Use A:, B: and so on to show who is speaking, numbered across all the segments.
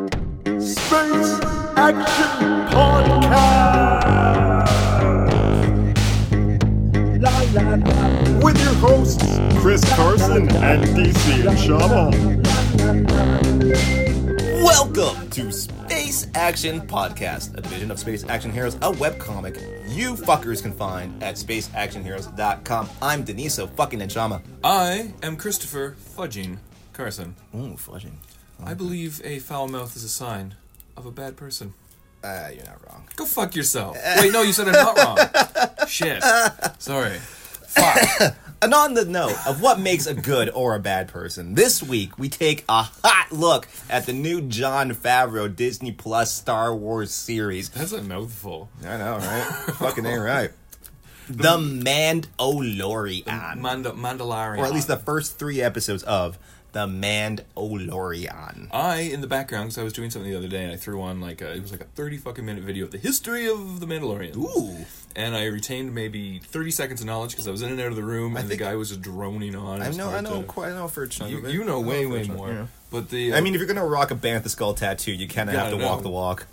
A: Space Action Podcast. La, la, la. With your hosts, Chris Carson and DC and Shamal.
B: Welcome to Space Action Podcast, a division of Space Action Heroes, a webcomic you fuckers can find at spaceactionheroes.com. I'm Deniso fucking Nchama.
C: I am Christopher Fudging Carson.
B: Ooh, Fudging.
C: I believe a foul mouth is a sign of a bad person.
B: Ah, you're not wrong.
C: Go fuck yourself. Wait, no, you said I'm not wrong. Shit. Sorry. Fuck.
B: and on the note of what makes a good or a bad person, this week we take a hot look at the new John Favreau Disney Plus Star Wars series.
C: That's a mouthful.
B: I know, right? Fucking ain't right. The Mandalorian.
C: The Mand- Mandalorian.
B: Or at least the first three episodes of the Mandalorian.
C: I in the background because I was doing something the other day and I threw on like a, it was like a thirty fucking minute video of the history of the Mandalorian.
B: Ooh!
C: And I retained maybe thirty seconds of knowledge because I was in and out of the room
B: I
C: and the
B: think-
C: guy was just droning on. It
B: I
C: was
B: know, I
C: hard
B: know,
C: to-
B: quite, I know for a chunk
C: you,
B: of it.
C: you know
B: I
C: way
B: for a
C: way
B: chunk,
C: more.
B: yeah.
C: But the uh,
B: I mean, if you're gonna rock a Bantha skull tattoo, you kind of have
C: gotta
B: to walk
C: know.
B: the walk.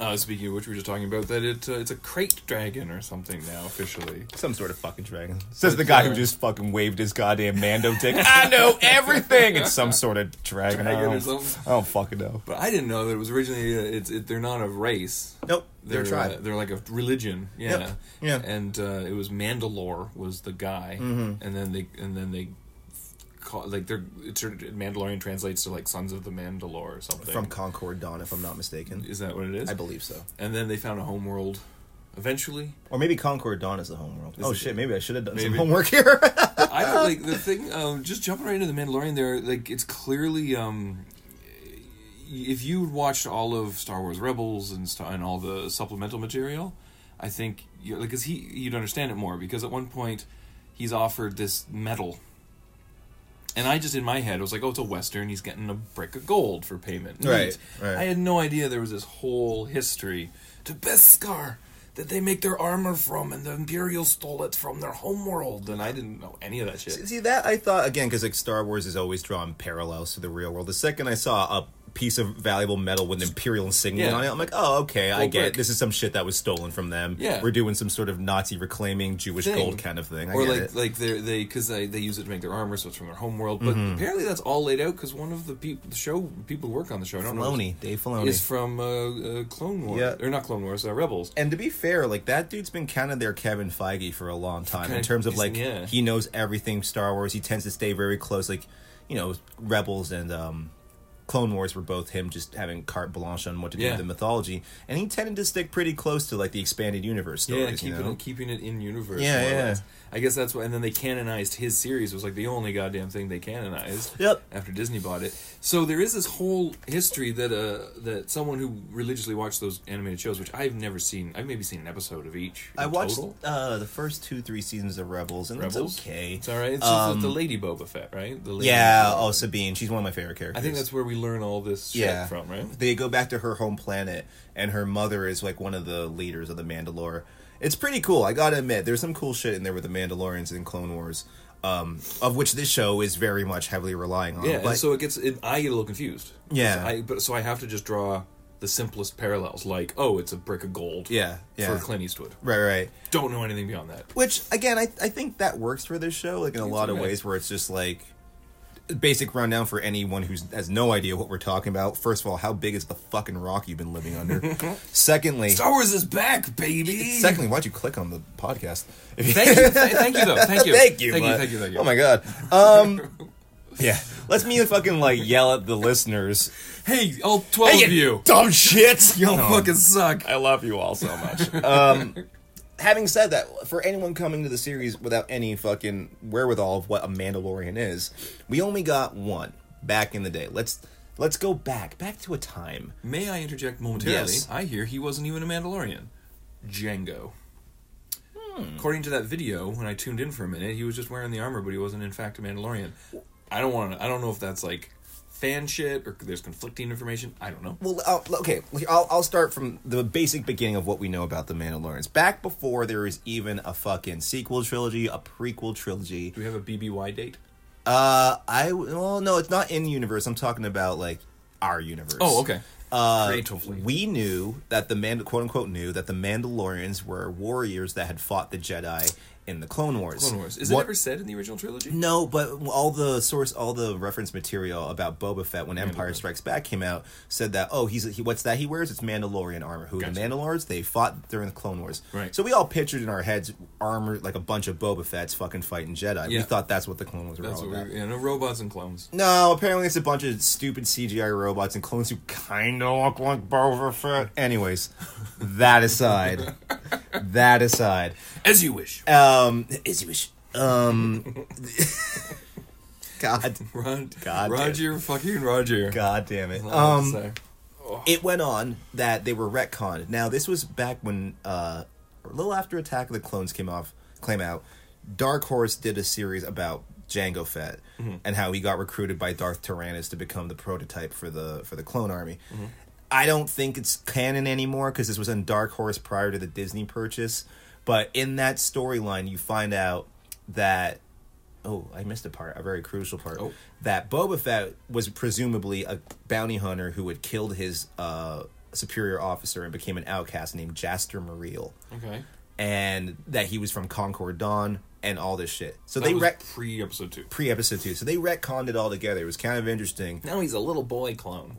C: uh, speaking of which, we were just talking about that it uh, it's a crate dragon or something now officially.
B: Some sort of fucking dragon. Says the
C: But,
B: guy
C: uh,
B: who just fucking waved his goddamn Mando dick. I know everything. It's some sort of dragon. I,
C: Dragon or
B: don't,
C: something.
B: I don't fucking know.
C: But I didn't know that it was originally uh, it's it, they're not a race.
B: Nope, they're, a tribe.
C: uh, they're like a religion. Yeah.
B: Yep, yeah.
C: And uh, it was Mandalore was the guy,
B: Mm-hmm.
C: and then they and then they call like they're it's sort of- Mandalorian translates to like Sons of the Mandalore or something.
B: From Concord Dawn, if I'm not mistaken.
C: is that what it is?
B: I believe so.
C: And then they found a homeworld. Eventually,
B: Or maybe Concord Dawn is the homeworld. Oh
C: it-
B: shit, maybe I should have done some
C: Maybe.
B: homework here.
C: I don't like the thing. Um, just jumping right into the Mandalorian, there, like it's clearly. Um, if you watched all of Star Wars Rebels and st- and all the supplemental material, I think you like because he you'd understand it more because at one point he's offered this medal. And I just in my head I was like, oh, it's a western. He's getting a brick of gold for payment. Neat.
B: Right, right.
C: I had no idea there was this whole history to Beskar that they make their armor from, and the Imperial stole it from their homeworld. And I didn't know any of that shit.
B: See that I thought again because like Star Wars is always drawn parallels to the real world. The second I saw a piece of valuable metal with an imperial insignia
C: Yeah.
B: on it, I'm like, oh okay, I
C: Gold
B: get it.
C: brick.
B: this is some shit that was stolen from them.
C: Yeah.
B: we're doing some sort of Nazi reclaiming Jewish
C: thing.
B: gold kind of thing. I
C: or
B: get
C: like
B: it.
C: like they're, they because they they use it to make their armor, so it's from their home world. But
B: Mm-hmm.
C: apparently that's all laid out because one of the people the show people who work on the show I don't know
B: Filoni, Dave Filoni.
C: is from uh, uh, Clone Wars
B: Yeah.
C: or not Clone Wars uh, Rebels.
B: and to be fair, like that dude's been kind of their Kevin Feige for a long time in
C: Kinda-
B: terms of like
C: yeah.
B: he knows everything Star Wars. He tends to stay very close. Like you know, Rebels and um, Clone Wars were both him just having carte blanche on what to do
C: Yeah.
B: with the mythology, and he tended to stick pretty close to like the expanded universe stories.
C: Yeah, keeping
B: you know?
C: it keeping it in universe.
B: Yeah,
C: more or
B: yeah.
C: less. I guess that's what. And then they canonized his series. Was like the only goddamn thing they canonized.
B: Yep.
C: After Disney bought it, so there is this whole history that uh that someone who religiously watched those animated shows, which I've never seen. I've maybe seen an episode of each. in
B: I watched
C: total.
B: uh, the first two, three seasons of Rebels, and
C: Rebels.
B: it's okay.
C: It's all right. It's
B: Um,
C: just the Lady Boba Fett, right? The Lady
B: Yeah.
C: Boba Fett.
B: Oh, Sabine. She's one of my favorite characters.
C: I think that's where we learn all this shit
B: yeah. Um,
C: from, right?
B: They go back to her home planet, and her mother is like one of the leaders of the Mandalore. It's pretty cool. I gotta admit, there's some cool shit in there with the Mandalorians and Clone Wars, um, of which this show is very much heavily relying on.
C: Yeah,
B: but
C: and so it gets it, I get a little confused.
B: Yeah.
C: I, but so I have to just draw the simplest parallels, like oh, it's a brick of gold.
B: Yeah, yeah.
C: For Clint Eastwood,
B: right, right.
C: don't know anything beyond that.
B: Which again, I I think that works for this show, like in a lot of
C: okay.
B: ways, where it's just like basic rundown for anyone who's has no idea what we're talking about. First of all, how big is the fucking rock you've been living under? Secondly,
C: Star Wars is back, baby.
B: secondly, why'd you click on the podcast? If you-
C: Thank you, th- thank you though. Thank you,
B: thank you,
C: thank you,
B: bud.
C: thank you, thank you.
B: Oh my god. Um, yeah, let's me fucking like yell at the listeners.
C: Hey, all twelve
B: Hey,
C: of you, Uh,
B: dumb shit.
C: you all
B: No.
C: fucking suck.
B: I love you all so much. Um, having said that, for anyone coming to the series without any fucking wherewithal of what a Mandalorian is, we only got one back in the day. Let's let's go back back to a time.
C: May I interject momentarily?
B: Yes.
C: I hear he wasn't even a Mandalorian. Django.
B: Hmm.
C: According to that video, when I tuned in for a minute, he was just wearing the armor, but he wasn't in fact a Mandalorian. I don't want to. I don't know if that's like fan shit or there's conflicting information. I don't know.
B: Well, uh, okay, I'll, I'll start from the basic beginning of what we know about the Mandalorians. Back before there was even a fucking sequel trilogy, a prequel trilogy,
C: Do we have a BBY date?
B: Uh, I well, no, it's not in universe. I'm talking about like our universe.
C: Oh, okay.
B: Uh,
C: Creatively.
B: we knew that the Mandal quote unquote knew that the Mandalorians were warriors that had fought the Jedi in the Clone Wars.
C: Clone Wars. Is
B: What-
C: it ever said in the original trilogy?
B: No, but all the source, all the reference material about Boba Fett when Empire Strikes Back came out said that oh he's he, what's that he wears? It's Mandalorian armor. Who are the
C: Gotcha.
B: Mandalorians? They fought during the Clone Wars.
C: Right.
B: So we all pictured in our heads armor like a bunch of Boba Fett's fucking fighting Jedi. We
C: Yeah.
B: thought that's what the Clone Wars were
C: That's
B: all
C: what
B: about.
C: we, yeah, no robots and clones.
B: No, apparently it's a bunch of stupid CGI robots and clones who kind of look like Boba Fett. Anyways, that aside, that aside,
C: As you wish.
B: um, as you wish, um, God,
C: Rod,
B: God
C: Roger, fucking Roger.
B: God damn it,
C: Oh,
B: um,
C: sorry.
B: it went on that they were retconned. Now this was back when uh, a little after Attack of the Clones came off, came out. Dark Horse did a series about Django Fett and how he got recruited by Darth Tyrannus to become the prototype for the for the clone army. I don't think it's canon anymore because this was in Dark Horse prior to the Disney purchase. But in that storyline, you find out that oh, I missed a part, a very crucial part.
C: Oh.
B: That Boba Fett was presumably a bounty hunter who had killed his uh, superior officer and became an outcast named Jaster Muriel,
C: okay.
B: and that he was from Concord Dawn and all this shit. So
C: That
B: they
C: was
B: ret
C: pre episode two.
B: pre episode two. So they retconned it all together. It was kind of interesting.
C: Now he's a little boy clone.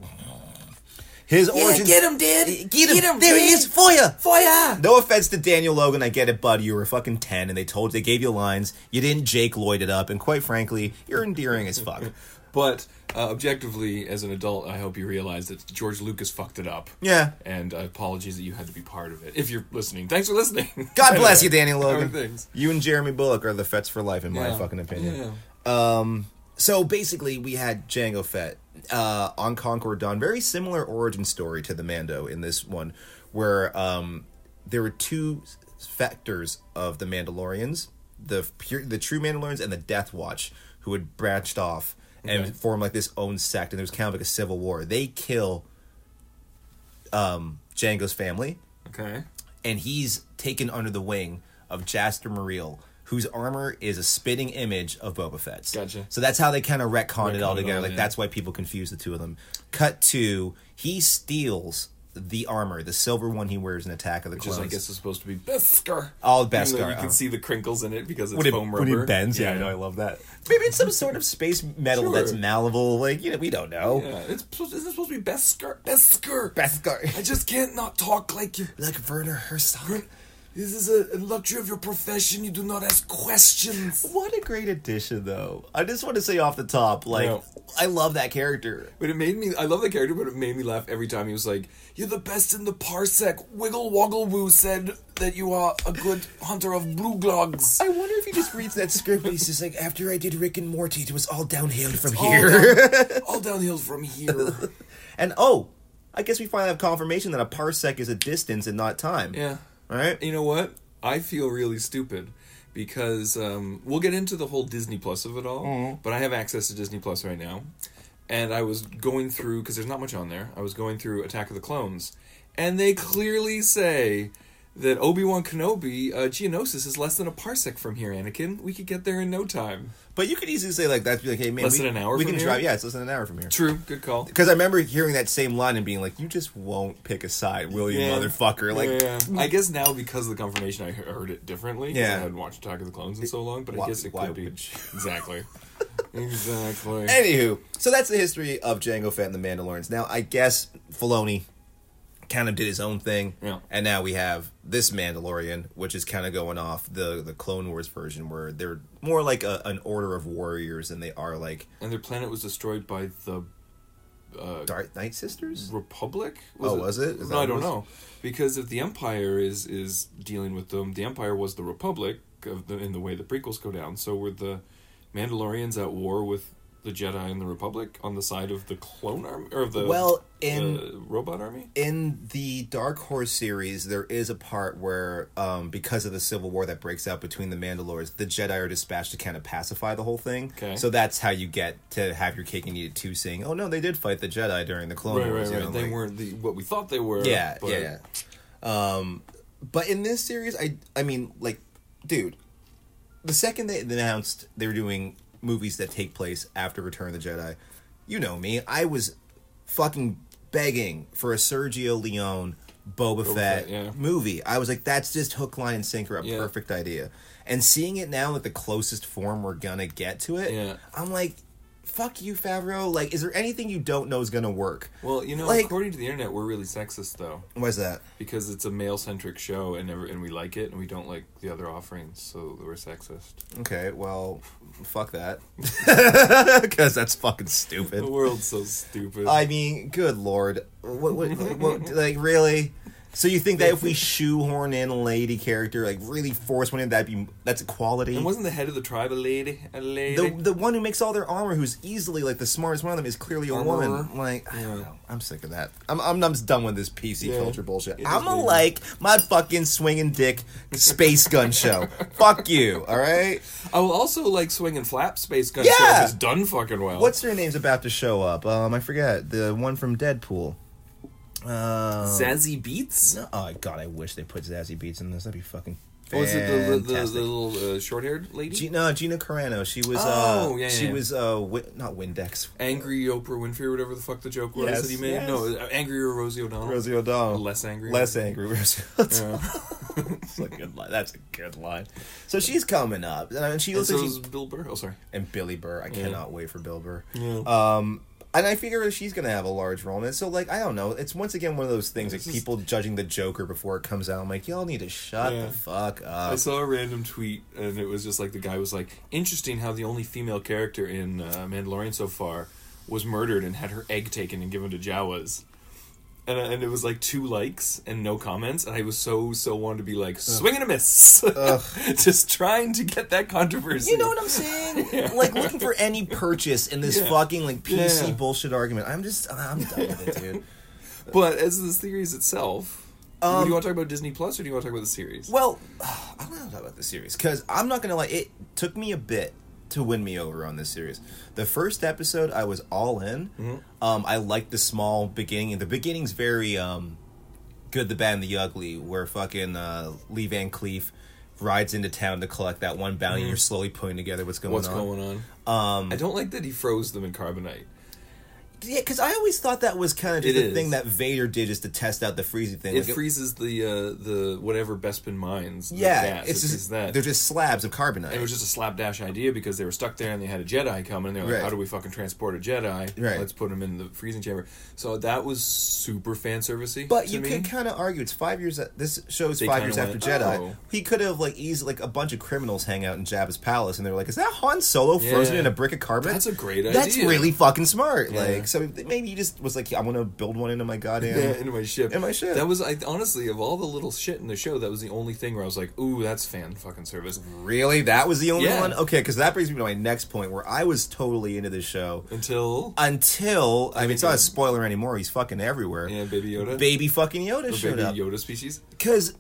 B: His origin.
C: him, dude.
B: Get him! There he is for you.
C: Fire.
B: No offense to Daniel Logan, I get it, bud. You were fucking ten, and they told they gave you lines. You didn't Jake Lloyd it up, and quite frankly, you're endearing as fuck.
C: But uh, objectively, as an adult, I hope you realize that George Lucas fucked it up.
B: Yeah.
C: And uh, apologies that you had to be part of it. If you're listening, thanks for listening.
B: God bless you, Daniel Logan.
C: Thanks.
B: You and Jeremy Bullock are the Fets for life, in my
C: Yeah.
B: fucking opinion. Um, So basically, we had Django Fett uh, on Concord Dawn. Very similar origin story to the Mando in this one, where um, there were two factors of the Mandalorians: the pure, the true Mandalorians and the Death Watch, who had branched off and
C: Okay.
B: formed like this own sect. And there was kind of like a civil war. They kill um, Django's family,
C: Okay.
B: and he's taken under the wing of Jaster Muriel, whose armor is a spitting image of Boba Fett's.
C: Gotcha.
B: So that's how they kind of retconned it all
C: Retconned it
B: together.
C: all,
B: Like
C: yeah.
B: that's why people confuse the two of them. Cut to he steals the armor, the silver one he wears in Attack of the
C: Which
B: Clones.
C: is, I guess, is supposed to be Beskar.
B: All
C: Even though
B: Beskar,
C: You
B: oh.
C: can see the crinkles in it because it's
B: when it,
C: foam
B: when
C: rubber.
B: it bends, yeah, I know, I love that. Maybe it's some sort of space metal
C: Sure.
B: that's malleable. Like you know, we don't know.
C: Yeah, it's supposed, isn't it supposed to be Beskar? Beskar. I
B: Beskar,
C: just can't not talk like you.
B: like Werner Herzog.
C: This is a a luxury of your profession. You do not ask questions.
B: What a great addition, though. I just want to say off the top, like
C: Yeah.
B: I love that character.
C: But it made me. I love the character, but it made me laugh every time he was like, "You're the best in the parsec." Wiggle Woggle Woo said that you are a good hunter of blue glogs.
B: I wonder if he just reads that script and he's just like, after I did Rick and Morty, it was all downhill from here.
C: All, down- all downhill from here.
B: and oh, I guess we finally have confirmation that a parsec is a distance and not time.
C: Yeah.
B: All right.
C: You know what? I feel really stupid because um, we'll get into the whole Disney Plus of it all, but I have access to Disney Plus right now. And I was going through, because there's not much on there, I was going through Attack of the Clones, and they clearly say that Obi Wan Kenobi, uh, Geonosis is less than a parsec from here, Anakin. We could get there in no time.
B: But you could easily say like that's like, hey man,
C: Less
B: we,
C: than an hour
B: we
C: from
B: can
C: here?
B: drive. Yeah, it's less than an hour from here.
C: True, good call.
B: Because I remember hearing that same line and being like, you just won't pick a side, will you,
C: Yeah.
B: motherfucker? Like,
C: Yeah. I guess now because of the confirmation, I he- heard it differently. 'cause
B: Yeah.
C: I hadn't watched Attack of the Clones in so long, but
B: Why-
C: I guess it
B: why
C: could be
B: would you?
C: exactly, exactly.
B: Anywho, so that's the history of Django Fett and the Mandalorians. Now, I guess Filoni kind of did his own thing,
C: Yeah.
B: and now we have this Mandalorian, which is kind of going off the the Clone Wars version, where they're more like a, an order of warriors than they are like
C: And their planet was destroyed by the
B: Dark Knight sisters.
C: Republic.
B: Oh, was it? Is that
C: no, I
B: what it
C: don't
B: was?
C: know. Because if the Empire is is dealing with them, the Empire was the Republic of the, in the way the prequels go down. So were the Mandalorians at war with the Jedi and the Republic on the side of the clone army or the
B: Well, in-
C: the robot army.
B: In the Dark Horse series, there is a part where, um, because of the civil war that breaks out between the Mandalores, the Jedi are dispatched to kind of pacify the whole thing.
C: Okay.
B: So that's how you get to have your cake and eat it too, saying, "Oh no, they did fight the Jedi during the Clone
C: Right, right,
B: Wars."
C: right.
B: you know,
C: they
B: like-
C: weren't the what we thought they were.
B: Yeah,
C: but-
B: yeah, yeah. Um, but in this series, I I mean, like, dude, the second they announced they were doing movies that take place after Return of the Jedi. You know me. I was fucking begging for a Sergio Leone Boba, Fett,
C: Fett, yeah.
B: movie. I was like, that's just hook, line, and sinker, a
C: Yeah.
B: perfect idea. And seeing it now at the closest form we're gonna get to it,
C: Yeah.
B: I'm like, fuck you, Favreau. Like, is there anything you don't know is gonna work?
C: Well, you know,
B: Like-
C: according to the internet, we're really sexist though
B: Why's that?
C: because it's a male-centric show, and every, and we like it, and we don't like the other offerings, so we're sexist.
B: Okay, well, fuck that. Because that's fucking stupid.
C: The world's so stupid.
B: I mean, good lord, what, what, what, like really? So you think that if we shoehorn in a lady character, like really force one in, that'd be that's equality.
C: and wasn't the head of the tribe a lady? A lady.
B: The the one who makes all their armor, who's easily like the smartest one of them, is clearly a woman.
C: Armorer?
B: Like I don't
C: Yeah.
B: know, I'm sick of that. I'm I'm, I'm just done with this PC
C: Yeah.
B: culture bullshit.
C: It
B: I'm
C: is
B: gonna
C: weird.
B: like my fucking swinging dick space gun show. Fuck you, all right.
C: I will also like swinging flap space gun.
B: Yeah!
C: Yeah, is done fucking well.
B: What's her name's about to show up? Um, I forget the one from Deadpool. Um,
C: Uh, Zazzy Beats?
B: No- Oh god, I wish they put Zazzy Beats in this. That'd be fucking.
C: Or was Oh, it the, the, the,
B: fantastic.
C: little uh, short-haired lady?
B: G- no, Gina Carano. She was.
C: Oh,
B: uh,
C: yeah, yeah,
B: She
C: yeah.
B: was uh, wi- not Windex.
C: angry Oprah Winfrey, or whatever the fuck the joke was
B: Yes,
C: that he made.
B: yes.
C: No, uh, angry or Rosie O'Donnell.
B: Rosie O'Donnell.
C: Less angry.
B: Less angry. Rosie O'Donnell.
C: Yeah.
B: That's a good line. That's a good line. So she's coming up, and I mean, she
C: And
B: looks
C: so
B: like
C: is
B: she-
C: Bill Burr. Oh, sorry.
B: and Billy Burr. I cannot wait for Bill Burr.
C: Yeah.
B: Um, and I figure she's gonna have a large role in it. So like, I don't know. It's once again one of those things like
C: is-
B: people judging the Joker before it comes out. I'm like, y'all need to shut
C: Yeah.
B: the fuck up.
C: I saw a random tweet, and it was just like the guy was like, "Interesting how the only female character in uh, Mandalorian so far was murdered and had her egg taken and given to Jawas." And, uh, and it was like two likes and no comments, and I was so so wanted to be like swing and a miss, just trying to get that controversy.
B: You know what I'm saying? Like looking for any purchase in this
C: Yeah.
B: fucking like PC
C: Yeah.
B: bullshit argument. I'm just I'm done with it, dude.
C: But as the series itself,
B: Um,
C: do you want to talk about Disney Plus or do you want to talk about the series?
B: Well, I don't know about this series because I'm not gonna lie. It took me a bit to win me over on this series. The first episode, I was all in.
C: Mm-hmm.
B: Um, I liked the small beginning. The beginning's very um, good, the bad, and the ugly, where fucking uh, Lee Van Cleef rides into town to collect that one bounty. and You're slowly putting together what's going
C: Mm-hmm. What's
B: on.
C: going on? Um, I don't like that he froze them in carbonite.
B: Yeah, because I always thought that was kind of just
C: It
B: the
C: is.
B: thing that Vader did just to test out the freezing thing.
C: It
B: Like,
C: freezes the uh, the whatever Bespin mines. the
B: yeah,
C: gas,
B: it's
C: it freezes
B: just
C: that.
B: they're just slabs of carbonite.
C: it was just a slapdash idea because they were stuck there and they had a Jedi coming. And they're like,
B: Right.
C: "How do we fucking transport a Jedi?
B: Right.
C: Let's put him in the freezing chamber." So that was super fan servicey.
B: but
C: to
B: you
C: me.
B: could kind of argue it's five years. This shows
C: They
B: five
C: kinda
B: years
C: went,
B: after Jedi.
C: "Oh."
B: He could have like easily like a bunch of criminals hang out in Jabba's palace, and they're like, "Is that Han Solo frozen
C: Yeah.
B: in a brick of carbon?"
C: That's a great
B: That's
C: idea.
B: really fucking smart.
C: Yeah.
B: Like, so maybe he just was like, "I want to build one into my goddamn."
C: Yeah, in my ship.
B: In my ship.
C: That was I honestly of all the little shit in the show, that was the only thing where I was like, "Ooh, that's fan fucking service."
B: Really, that was the only
C: Yeah.
B: one. Okay, because that brings me to my next point, where I was totally into this show.
C: Until
B: until I mean it's not a
C: Yeah.
B: spoiler anymore. He's fucking everywhere.
C: yeah, Baby Yoda.
B: Baby fucking Yoda
C: the
B: showed
C: baby
B: up
C: Yoda species.
B: because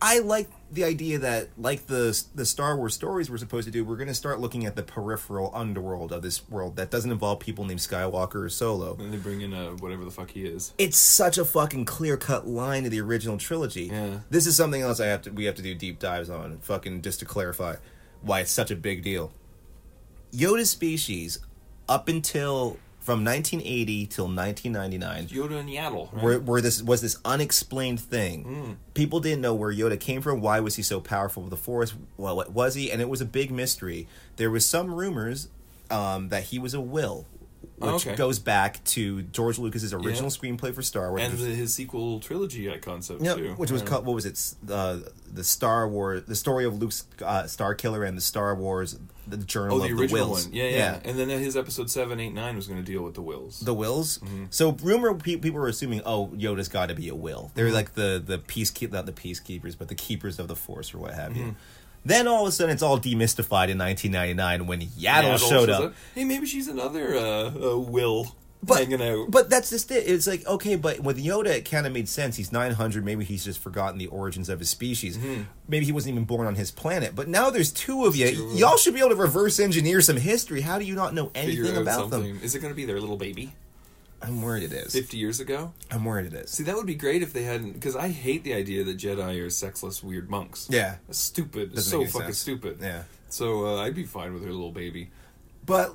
B: I like the idea that like the the Star Wars stories we're supposed to do, we're gonna start looking at the peripheral underworld of this world that doesn't involve people named Skywalker or Solo.
C: And they bring in uh, whatever the fuck he is.
B: It's such a fucking clear cut line to the original trilogy.
C: Yeah.
B: This is something else I have to we have to do deep dives on. Fucking just to clarify why it's such a big deal. Yoda species up until from 1980 till 1999
C: Yoda and Yaddle. Right?
B: where, where this was this unexplained
C: Hmm.
B: thing. People didn't know where Yoda came from. Why was he so powerful with the Force? Well, what was he? And it was a big mystery. There was some rumors um, that he was a will, which
C: Oh, okay.
B: goes back to George Lucas's original screenplay for Star Wars,
C: and
B: which,
C: the, his sequel trilogy uh, concept
B: yeah,
C: too,
B: which was
C: Yeah.
B: called what was it? S- Uh, the Star Wars, the story of Luke's uh, Star Killer, and the Star Wars, the Journal
C: oh the
B: of the
C: original
B: Wills.
C: one. Yeah, yeah, And then his episode seven, eight, nine was going to deal with the wills.
B: The wills.
C: Mm-hmm.
B: So rumor pe- people were assuming, oh, Yoda's got to be a will. They're
C: Mm-hmm.
B: like the the peacekeep, not the peacekeepers, but the keepers of the force or what have
C: Mm-hmm.
B: you. Then all of a sudden, it's all demystified in 1999 when Yaddle,
C: Yaddle
B: showed
C: shows
B: up.
C: Hey, maybe she's another uh, uh, will hanging out.
B: But that's just it. It's like okay, but with Yoda, it kind of made sense. He's nine hundred. Maybe he's just forgotten the origins of his species.
C: Mm-hmm.
B: Maybe he wasn't even born on his planet. But now there's two of you.
C: two of them.
B: Y'all should be able to reverse engineer some history. How do you not know
C: Figure
B: anything
C: out
B: about
C: something.
B: them?
C: Is it going to be their little baby?
B: I'm worried it is.
C: Fifty years ago.
B: I'm worried it is.
C: See, that would be great if they hadn't. Because I hate the idea that Jedi are sexless, weird monks.
B: Yeah.
C: That's stupid.
B: Doesn't
C: so
B: make any
C: fucking
B: sense.
C: stupid.
B: Yeah.
C: So uh, I'd be fine with her little baby.
B: But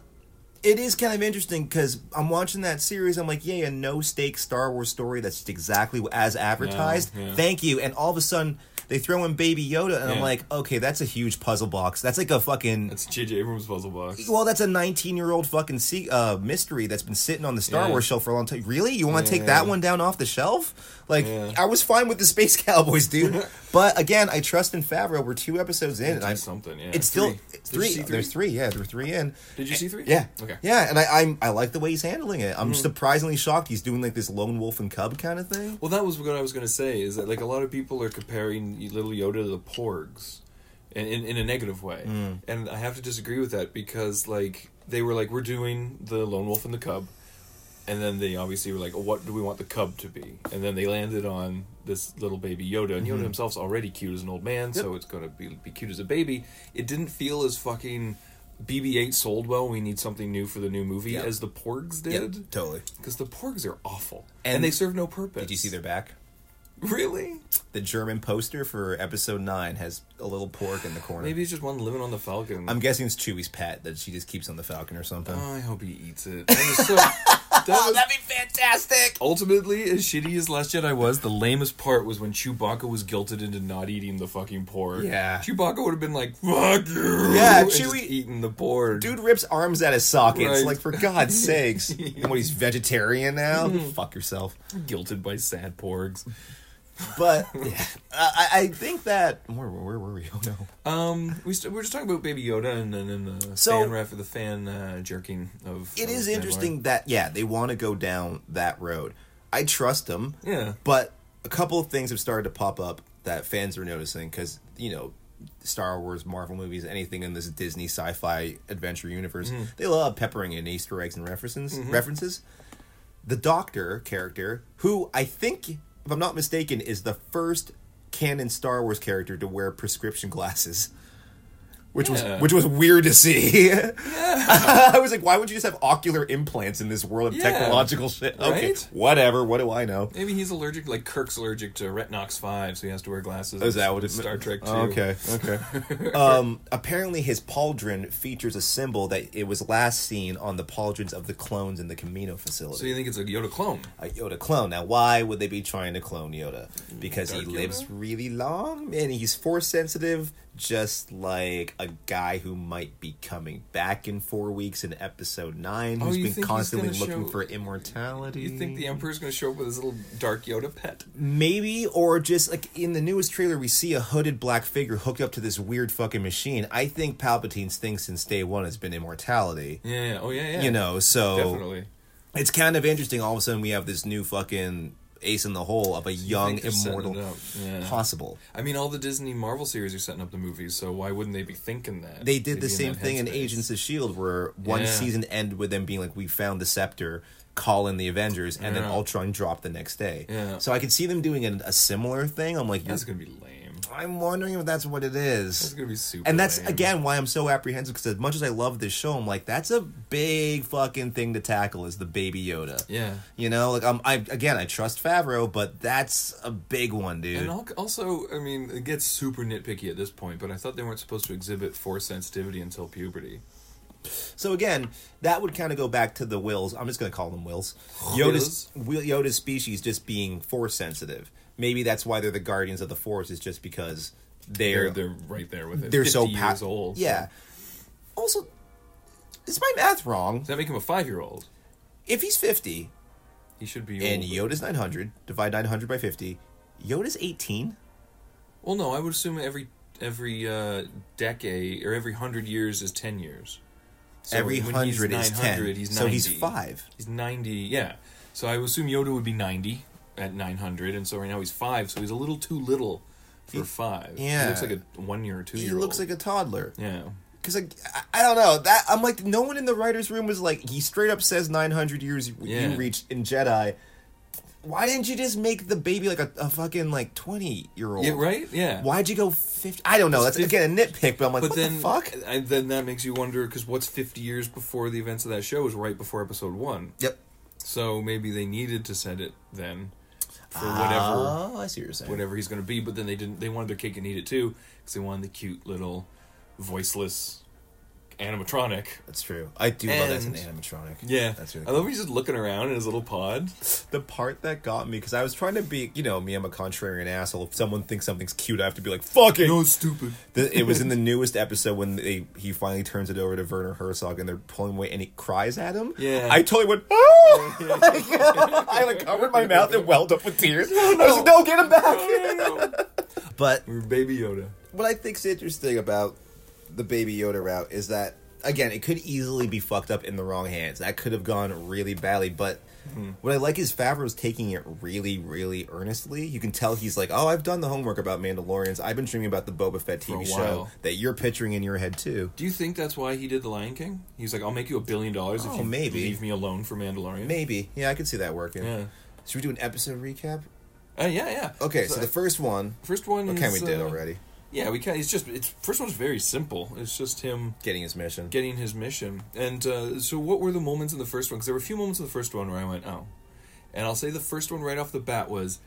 B: it is kind of interesting because I'm watching that series. I'm like, yeah, a no stake Star Wars story that's just exactly as advertised.
C: Yeah, yeah.
B: Thank you. And all of a sudden, they throw in Baby Yoda, and I'm
C: Yeah.
B: like, okay, that's a huge puzzle box. That's like a fucking.
C: That's J.J. Abrams' puzzle box.
B: well, that's a 19 year old fucking se- uh, mystery that's been sitting on the Star
C: Yeah.
B: Wars shelf for a long time. Really? You want to take
C: Yeah.
B: that one down off the shelf? Like,
C: Yeah.
B: I was fine with the Space Cowboys, dude. but again, I trust in Favreau. We're two episodes in. and
C: Did
B: I,
C: something. Yeah,
B: it's still
C: Did you
B: three.
C: see three?
B: There's three. Yeah, there's three in.
C: Did you see three?
B: Yeah.
C: Okay.
B: Yeah, and I I'm, I like the way he's handling it. I'm surprisingly shocked he's doing like this lone wolf and cub kind of thing.
C: Well, that was what I was going to say. Is that like a lot of people are comparing Little Yoda to the Porgs, in in, in a negative way,
B: Mm.
C: and I have to disagree with that because like they were like we're doing the Lone Wolf and the Cub, and then they obviously were like, oh, what do we want the Cub to be? And then they landed on this little baby Yoda, and
B: Mm-hmm.
C: Yoda himself's already cute as an old man, so it's going to be be cute as a baby. It didn't feel as fucking. BB-8 sold well. We need something new for the new movie,
B: Yeah.
C: as the Porgs
B: Yeah,
C: did,
B: totally.
C: because the Porgs are awful and,
B: And-
C: they serve no purpose.
B: Did you see their back?
C: Really?
B: The German poster for episode nine has a little pork in the corner.
C: Maybe it's just one living on the Falcon.
B: I'm guessing it's Chewie's pet that she just keeps on the Falcon or something.
C: Oh, I hope he eats it. That was so. that was
B: Oh, be fantastic.
C: ultimately as shitty as Last Jedi was. The lamest part was when Chewbacca was guilted into not eating the fucking pork.
B: Yeah.
C: Chewbacca would have been like, "Fuck you!"
B: Yeah,
C: and just
B: Chewie-
C: eating the pork.
B: Dude rips arms out of sockets.
C: Right.
B: Like for God's sakes. and what he's vegetarian now? Fuck yourself.
C: guilted by sad porgs.
B: But yeah, I, I think that where, where were we? Oh no.
C: Um, we st- we we're just talking about Baby Yoda and then and the
B: So-
C: fan ref the fan uh, jerking of.
B: It
C: of
B: is
C: Mandalorian.
B: interesting that yeah they want to go down that road i trust them
C: Yeah.
B: but a couple of things have started to pop up that fans are noticing because you know star wars marvel movies anything in this disney sci-fi adventure universe
C: Mm-hmm.
B: they love peppering in easter eggs and references references the doctor character who i think if i'm not mistaken is the first canon star wars character to wear prescription glasses which
C: Yeah.
B: was which was weird to see. I was like, why would you just have ocular implants in this world of
C: Yeah.
B: technological shit? Okay,
C: Right?
B: whatever. What do I know?
C: Maybe he's allergic, like Kirk's allergic to Retinox Five, so he has to wear glasses.
B: Is that what it's
C: Star Trek? 2.
B: Okay, okay. um, apparently, his pauldron features a symbol that it was last seen on the pauldrons of the clones in the Camino
C: So
B: facility.
C: you think it's a Yoda clone?
B: a Yoda clone. Now, why would they be trying to clone Yoda? Because he
C: Dark Yoda?
B: lives really long and he's force sensitive, just like a guy who might be coming back in four weeks in episode nine,
C: Oh,
B: who's
C: you think
B: been
C: he's
B: constantly
C: gonna
B: looking
C: show-
B: for immortality.
C: You think the Emperor's going to show up with his little dark Yoda pet?
B: Maybe, or just like in the newest trailer, we see a hooded black figure hooked up to this weird fucking machine. I think Palpatine's thing since day one has been immortality.
C: Yeah. yeah. Oh yeah. Yeah.
B: You know, so
C: Definitely.
B: it's kind of interesting. All of a sudden, we have this new fucking ace in the hole of a young
C: they're setting
B: immortal
C: it up, yeah.
B: possible.
C: I mean, all the Disney Marvel series are setting up the movies, so why wouldn't they be thinking that?
B: They did
C: They'd
B: the
C: be
B: same
C: that
B: thing in
C: headspace.
B: Agents of Shield, E where one
C: Yeah.
B: season ended with them being like, "We found the scepter." Call in the Avengers, and then
C: Yeah.
B: Ultron dropped the next day.
C: Yeah.
B: So I could see them doing an, a similar thing. I'm like,
C: That's going to be lame.
B: I'm wondering if that's what it is.
C: That's going to be super.
B: and that's
C: lame.
B: again why I'm so apprehensive because as much as I love this show, I'm like, that's a big fucking thing to tackle is the baby Yoda.
C: Yeah.
B: You know, like um, I again I trust Favreau, but that's a big one, dude.
C: And al- also, I mean, it gets super nitpicky at this point, but I thought they weren't supposed to exhibit force sensitivity until puberty.
B: so again, that would kind of go back to the wills. I'm just gonna call them wills.
C: Wills?
B: Yoda's Wil- Yoda's species just being force sensitive. Maybe that's why they're the guardians of the force. Is just because
C: They're
B: they're
C: they're right there with it.
B: they're
C: 50
B: so pa-
C: years old.
B: Yeah. Also, is my math wrong?
C: Does that make him a five year old?
B: If he's fifty,
C: He should be.
B: and
C: older.
B: Yoda's 900, divide 900 by 50. Yoda's 18?
C: Well, no, I would assume every every uh, decade or every hundred years is ten years. So
B: Every
C: when he's
B: 100 is 10.
C: 900, He's 90.
B: So he's five.
C: He's ninety. Yeah. So I would assume Yoda would be ninety at nine hundred, and so right now he's five. So he's a little too little for five.
B: yeah.
C: He looks like a one year or two
B: He
C: year old.
B: looks like a toddler.
C: yeah.
B: Because I, I, I don't know. that I'm like, no one in the writer's room was like, he straight up says 900 years you-
C: Yeah.
B: you reached in Jedi. Why didn't you just make the baby like a, a fucking like 20 year old?
C: Yeah. Right. Yeah.
B: Why'd you go 50? I don't know. That's again a nitpick, but I'm like,
C: But
B: what
C: then,
B: the fuck?
C: and then that makes you wonder because what's fifty years before the events of that show is right before episode one.
B: Yep.
C: So maybe they needed to set it then for whatever.
B: Oh, I see what you're saying.
C: whatever he's going to be. But then they didn't. They wanted their cake and eat it too because they wanted the cute little voiceless animatronic.
B: That's true. I do love that's an
C: And-
B: animatronic.
C: Yeah,
B: that's really
C: I love
B: cool.
C: he's just looking around in his little pod.
B: the part that got me because I was trying to be, you know, me. I'm a contrarian asshole. If someone thinks something's cute, I have to be like, "Fuck it."
C: it's stupid.
B: The- it was in the newest episode when they, he finally turns it over to Werner Herzog and they're pulling away and he cries at him.
C: Yeah.
B: I totally went, oh! I like covered my mouth and welled up with tears. I was like, no, get him back! But
C: We're Baby Yoda.
B: what I think's interesting about the Baby Yoda route is that, again, it could easily be fucked up in the wrong hands. That could have gone really badly, but.
C: Mm-hmm.
B: What I like is Favreau's taking it really, really earnestly. You can tell he's like, "Oh, I've done the homework about Mandalorians. I've been dreaming about the Boba Fett
C: a
B: TV show
C: while.
B: that you're picturing in your head too."
C: Do you think that's why he did The Lion King? He's like, I'll make you a billion dollars if
B: Oh,
C: you
B: maybe.
C: leave me alone for Mandalorian.
B: Maybe. Yeah, I could see that working.
C: Yeah.
B: Should we do an episode recap?
C: Uh, yeah, yeah.
B: Okay, so, the first one.
C: first one.
B: Okay, we
C: is,
B: did
C: uh,
B: already.
C: Yeah, we can. It's just it's first one's very simple. It's just him
B: Getting his mission.
C: getting his mission. And uh, so, what were the moments in the first one? Because there were a few moments in the first one where I went, oh. And I'll say the first one right off the bat was,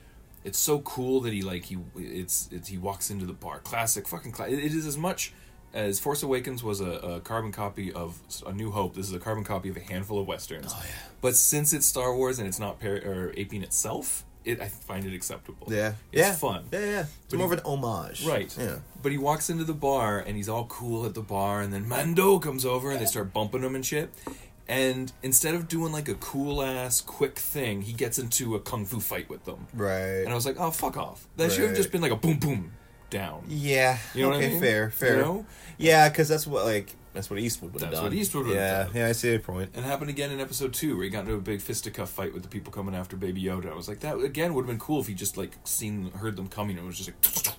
C: it's so cool that he like he it's, it's he walks into the bar. Classic fucking. Cla- it is as much as Force Awakens was a, a carbon copy of A New Hope. This is a carbon copy of a handful of westerns. Oh yeah. But since it's Star Wars and it's not par- or aping itself, it I find it acceptable.
B: yeah.
C: It's
B: yeah.
C: fun.
B: Yeah, yeah. It's
C: But
B: more
C: he-
B: of an homage.
C: Right.
B: Yeah.
C: But he walks into the bar and he's all cool at the bar, and then Mando comes over and they start bumping him and shit. And instead of doing like a cool ass quick thing, he gets into a kung fu fight with them.
B: Right.
C: And I was like, oh fuck off. That should have
B: Right.
C: just been like a boom boom down.
B: yeah.
C: You know what I
B: okay,
C: mean?
B: fair,
C: You
B: fair.
C: know?
B: Yeah, because that's what, like, that's what Eastwood would have
C: That's
B: done.
C: what Eastwood would've
B: yeah,
C: done.
B: Yeah, I see your point.
C: And it happened again in episode two, where he got into a big fisticuff fight with the people coming after Baby Yoda. I was like, that again would have been cool if he just like seen heard them coming and was just like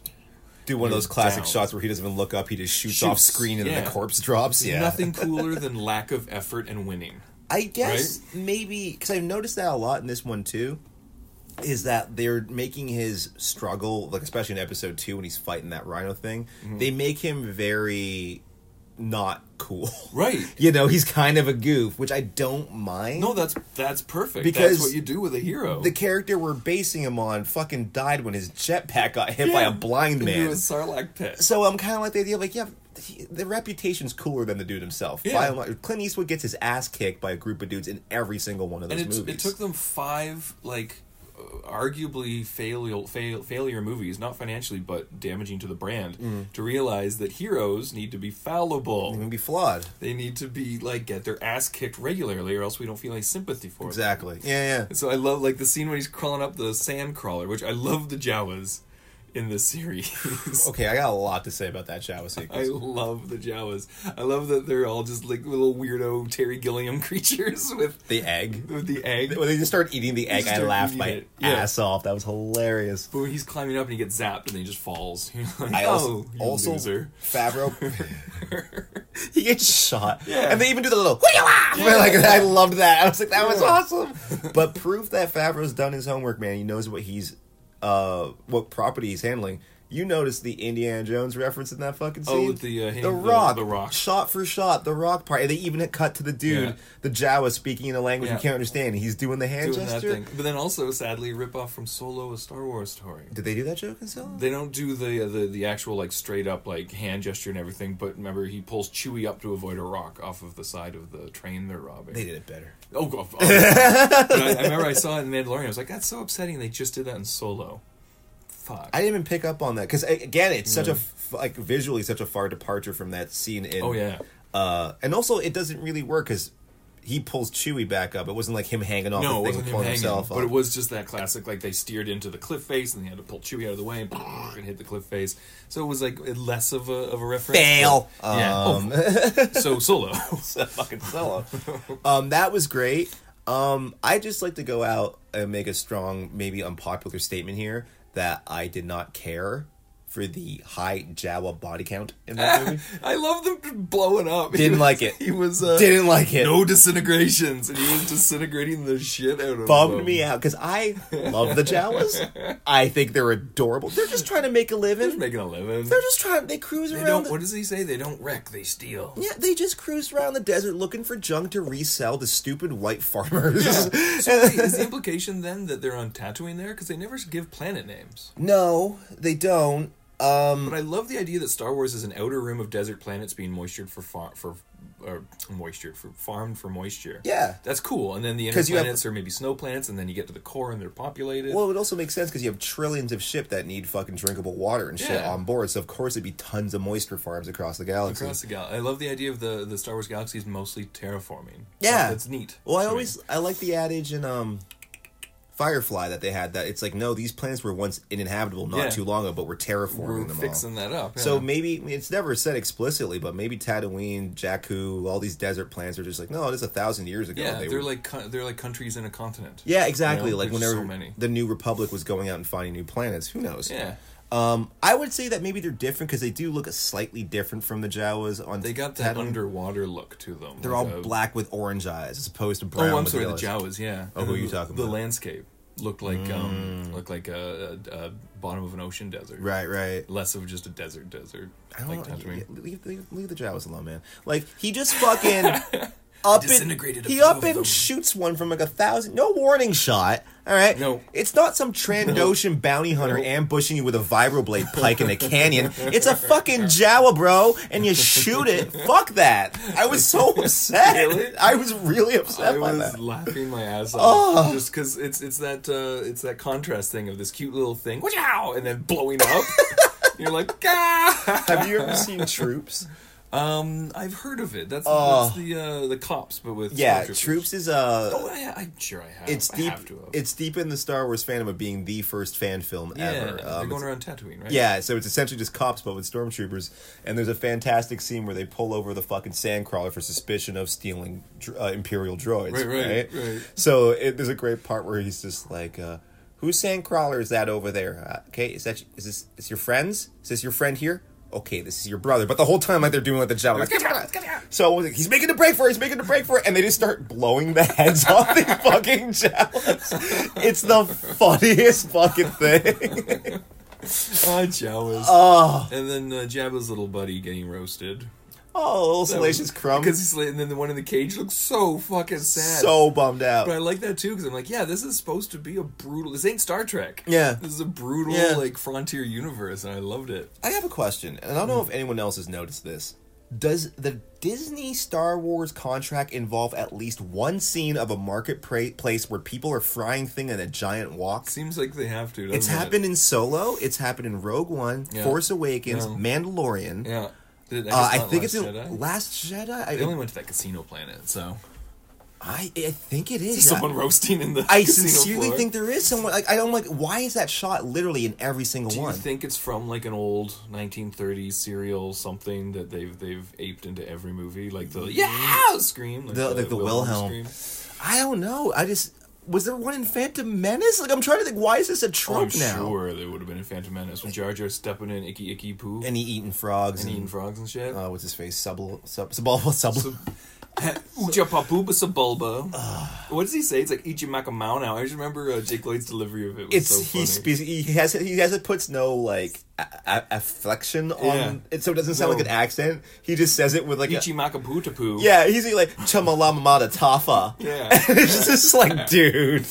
B: Do one of those
C: You're
B: classic
C: down.
B: shots where he doesn't even look up, he just shoots, off
C: Shoots,
B: screen and then the
C: yeah.
B: corpse drops. Yeah.
C: nothing cooler than lack of effort and winning.
B: I guess maybe because I've noticed that a lot in this one too, is that they're making his struggle, like especially in episode two when he's fighting that rhino thing,
C: Mm-hmm.
B: they make him very not cool.
C: Right.
B: you know, he's kind of a goof, which I don't mind.
C: No, that's that's perfect.
B: Because
C: that's what you do with a hero.
B: the character we're basing him on fucking died when his jetpack got hit by
C: Yeah.
B: a blind
C: Into
B: man.
C: a Sarlacc pit.
B: So I'm kind of like the idea of like, yeah, he, the reputation's cooler than the dude himself.
C: Yeah.
B: By and large. Clint Eastwood gets his ass kicked by a group of dudes in every single one of those
C: and it,
B: movies.
C: it took them five like uh, arguably failure fail, failure movies not financially but damaging to the brand
B: Mm.
C: to realize that heroes need to be fallible
B: gonna be flawed.
C: they need to be like get their ass kicked regularly or else we don't feel any sympathy for them
B: Exactly. Yeah, yeah.
C: so i love like the scene when he's crawling up the sand crawler which i love the jawas in this series
B: Okay, I got a lot to say about that Jawa
C: I
B: sequence.
C: love the Jawas. I love that they're all just like little weirdo Terry Gilliam creatures with
B: the egg.
C: with the egg.
B: When they just start eating the egg,
C: just
B: I
C: start
B: laughed
C: eating
B: my
C: it. Yeah.
B: ass off. That was hilarious.
C: But when he's climbing up and he gets zapped and then he just falls. You're like,
B: I also,
C: oh, you
B: also
C: loser.
B: Favreau, he gets shot,
C: Yeah.
B: and they even do the little "Whee-ah!" like I loved that. I was like, that was
C: Yeah.
B: awesome. but proof that Favreau's done his homework, man. He knows what he's, uh, what property he's handling. You noticed the Indiana Jones reference in that fucking scene?
C: Oh, with the, uh, hand-
B: the
C: the-
B: rock,
C: the rock.
B: shot for shot, the rock part, and they even cut to the dude,
C: Yeah.
B: the Jawa speaking in a language
C: Yeah.
B: you can't understand. He's doing the hand
C: Doing that
B: gesture.
C: thing. But then also, sadly, rip off from Solo, a Star Wars story.
B: Did they do that joke in Solo?
C: They don't do the, uh, the the actual like straight up like hand gesture and everything, but remember he pulls Chewie up to avoid a rock off of the side of the train they're robbing.
B: They did it better.
C: Oh, God. Oh. But I, I remember I saw it in Mandalorian. I was like, that's so upsetting. They just did that in Solo. Fuck.
B: I didn't even pick up on that because again, it's such a f- like visually such a far departure from that scene in.
C: Mm. oh yeah.
B: Uh, and also, it doesn't really work because he pulls Chewie back up. It wasn't like him hanging off
C: No,
B: the
C: it
B: thing
C: wasn't
B: and
C: him
B: pulling
C: hanging,
B: himself uh,
C: but
B: up.
C: it was just that classic. Like they steered into the cliff face, and they had to pull Chewie out of the way and, and hit the cliff face. So it was like less of a of a reference.
B: Fail.
C: but- yeah.
B: Um,
C: Oh, so solo.
B: fucking Solo. um, that was great. Um, I just like to go out and make a strong, maybe unpopular statement here that I did not care for the high Jawa body count in that movie.
C: I love them just blowing up. He
B: Didn't
C: was-
B: like it.
C: He was uh,
B: Didn't like it.
C: no disintegrations, and he was disintegrating the shit out of
B: bummed
C: them.
B: me out because I love the Jawas. I think they're adorable. They're just trying to make a
C: He's
B: living.
C: making a living.
B: They're just trying. They cruise
C: They
B: around.
C: don't.
B: the-
C: What does he say? They don't wreck. They steal.
B: yeah, they just cruise around the desert looking for junk to resell to stupid white farmers.
C: So wait, is the implication then that they're on Tatooine there? Because they never give planet names.
B: no, they don't. Um,
C: But I love the idea that Star Wars is an outer rim of desert planets being moistured for fa- for or moisture for farmed for moisture.
B: Yeah.
C: that's cool. And then the inner
B: 'Cause you have-
C: planets are maybe snow plants, and then you get to the core and they're populated.
B: Well, it also makes sense because you have trillions of ship that need fucking drinkable water and shit
C: Yeah.
B: on board. So of course it'd be tons of moisture farms across the galaxy.
C: across the gal, I love the idea of the the Star Wars galaxy is mostly terraforming.
B: Yeah,
C: that's neat.
B: Well, I
C: to me.
B: always I like the adage in um, Firefly that they had that it's like no, these planets were once uninhabitable not
C: Yeah.
B: too long ago, but we're terraforming
C: we're
B: them all.
C: fixing that up.
B: So
C: yeah.
B: maybe it's never said explicitly, but maybe Tatooine, Jakku, all these desert planets are just like no, just a thousand years ago.
C: yeah,
B: they
C: they're
B: were-
C: like co- they're like countries in a continent.
B: yeah, exactly.
C: You know,
B: like
C: there's just
B: whenever
C: so many.
B: the New Republic was going out and finding new planets, who knows?
C: yeah.
B: Um, I would say that maybe they're different because they do look slightly different from the Jawas. On
C: They got that
B: Tatooine.
C: underwater look to them.
B: They're all
C: like a-
B: black with orange eyes as opposed to brown.
C: Oh, I'm
B: with
C: sorry, the
B: yellows.
C: Jawas. Yeah.
B: Oh, who
C: And
B: are you
C: the-
B: talking
C: The
B: about? Mm.
C: landscape looked like um looked like a, a, a bottom of an ocean desert.
B: Right, right.
C: Less of just a desert desert.
B: I don't
C: like
B: know.
C: Tatooine.
B: Leave, leave, leave the Jawas alone, man. Like he just fucking up and
C: Disintegrated a
B: he
C: few
B: up
C: of
B: and
C: them.
B: shoots one from like a thousand. No warning shot. All right.
C: No.
B: It's not some Trandoshan bounty hunter ambushing you with a vibroblade pike in a canyon. It's a fucking Jawa, bro, and you shoot it. Fuck that. I was so upset.
C: Really?
B: I was really upset
C: I
B: by
C: was
B: that. Oh.
C: laughing my ass off just because it's it's that uh, it's that contrast thing of this cute little thing, wow, and then blowing up. You're like, ah.
B: Have you ever seen Troops?
C: Um, I've heard of it. That's, that's the uh, the cops, but with
B: Oh. Yeah,
C: stormtroopers.
B: Troops is uh
C: Oh, I, I'm sure I have.
B: it's
C: I
B: deep.
C: Have to have.
B: It's deep in the Star Wars fandom of being the first fan film
C: yeah.
B: ever. Um,
C: they're
B: it's-
C: going around Tatooine, right?
B: yeah, so it's essentially just cops but with stormtroopers. And there's a fantastic scene where they pull over the fucking sandcrawler for suspicion of stealing dr- uh, imperial droids.
C: Right, right, right.
B: So it, there's a great part where he's just like. Uh, Whose sandcrawler is that over there? Uh, okay, is that is this? Is your friends? Is this your friend here? Okay, this is your brother. But the whole time, like they're doing like the job, like, so I was like, he's making a break for it, he's making a break for it, and they just start blowing the heads off the fucking Jawas. It's the funniest fucking thing.
C: Ah, Jawas. And then uh, Jabba's little buddy getting roasted.
B: Oh, little Salacious Crumb.
C: Because he's and then the one in the cage looks so fucking sad.
B: So bummed
C: But I
B: out.
C: like that too because I'm like, yeah, this is supposed to be a brutal. This ain't Star Trek.
B: Yeah.
C: this is a brutal
B: Yeah.
C: like frontier universe, and I loved it.
B: I have a question, and I don't know if anyone else has noticed this. Does the Disney Star Wars contract involve at least one scene of a marketplace where people are frying thing in a giant wok?
C: Seems like they have to. doesn't
B: It's
C: it?
B: happened in Solo. It's happened in Rogue One,
C: Yeah.
B: Force Awakens,
C: No.
B: Mandalorian.
C: Yeah, Did-
B: Uh,
C: guess
B: I
C: not
B: think
C: Last
B: it's in
C: Jedi?
B: Last Jedi.
C: They
B: I,
C: only went to that casino planet, so
B: I, I think it is.
C: someone roasting in the.
B: I
C: casino
B: sincerely
C: floor.
B: think there is someone. Like I'm like, why is that shot literally in every single
C: Do you
B: one?
C: think it's from like an old 1930s serial something that they've they've aped into every movie, like the yeah scream,
B: The- like the Wilhelm. I don't know. I just was there one in Phantom Menace. Like I'm trying to think, why is this a
C: Oh, I'm
B: trope now?
C: sure there would have been a Phantom Menace with Jar Jar stepping in icky icky poo and,
B: And he eating frogs and,
C: eating frogs and shit.
B: uh, what's his face? Subble, sub, subble, sub.
C: Ujapapuba sabulba. What does he say? It's like Ichimakamau now. I just remember uh, Jake Lloyd's delivery of it. Was
B: it's
C: so funny.
B: he speaks. He has he has it puts no like a, a, afflection on
C: Yeah.
B: it, so it doesn't sound
C: No.
B: like an accent. He just says it with like a,
C: Ichimakaputapu.
B: Yeah, he's like Chamalamamata Tafa.
C: Yeah.
B: And it's just like, dude,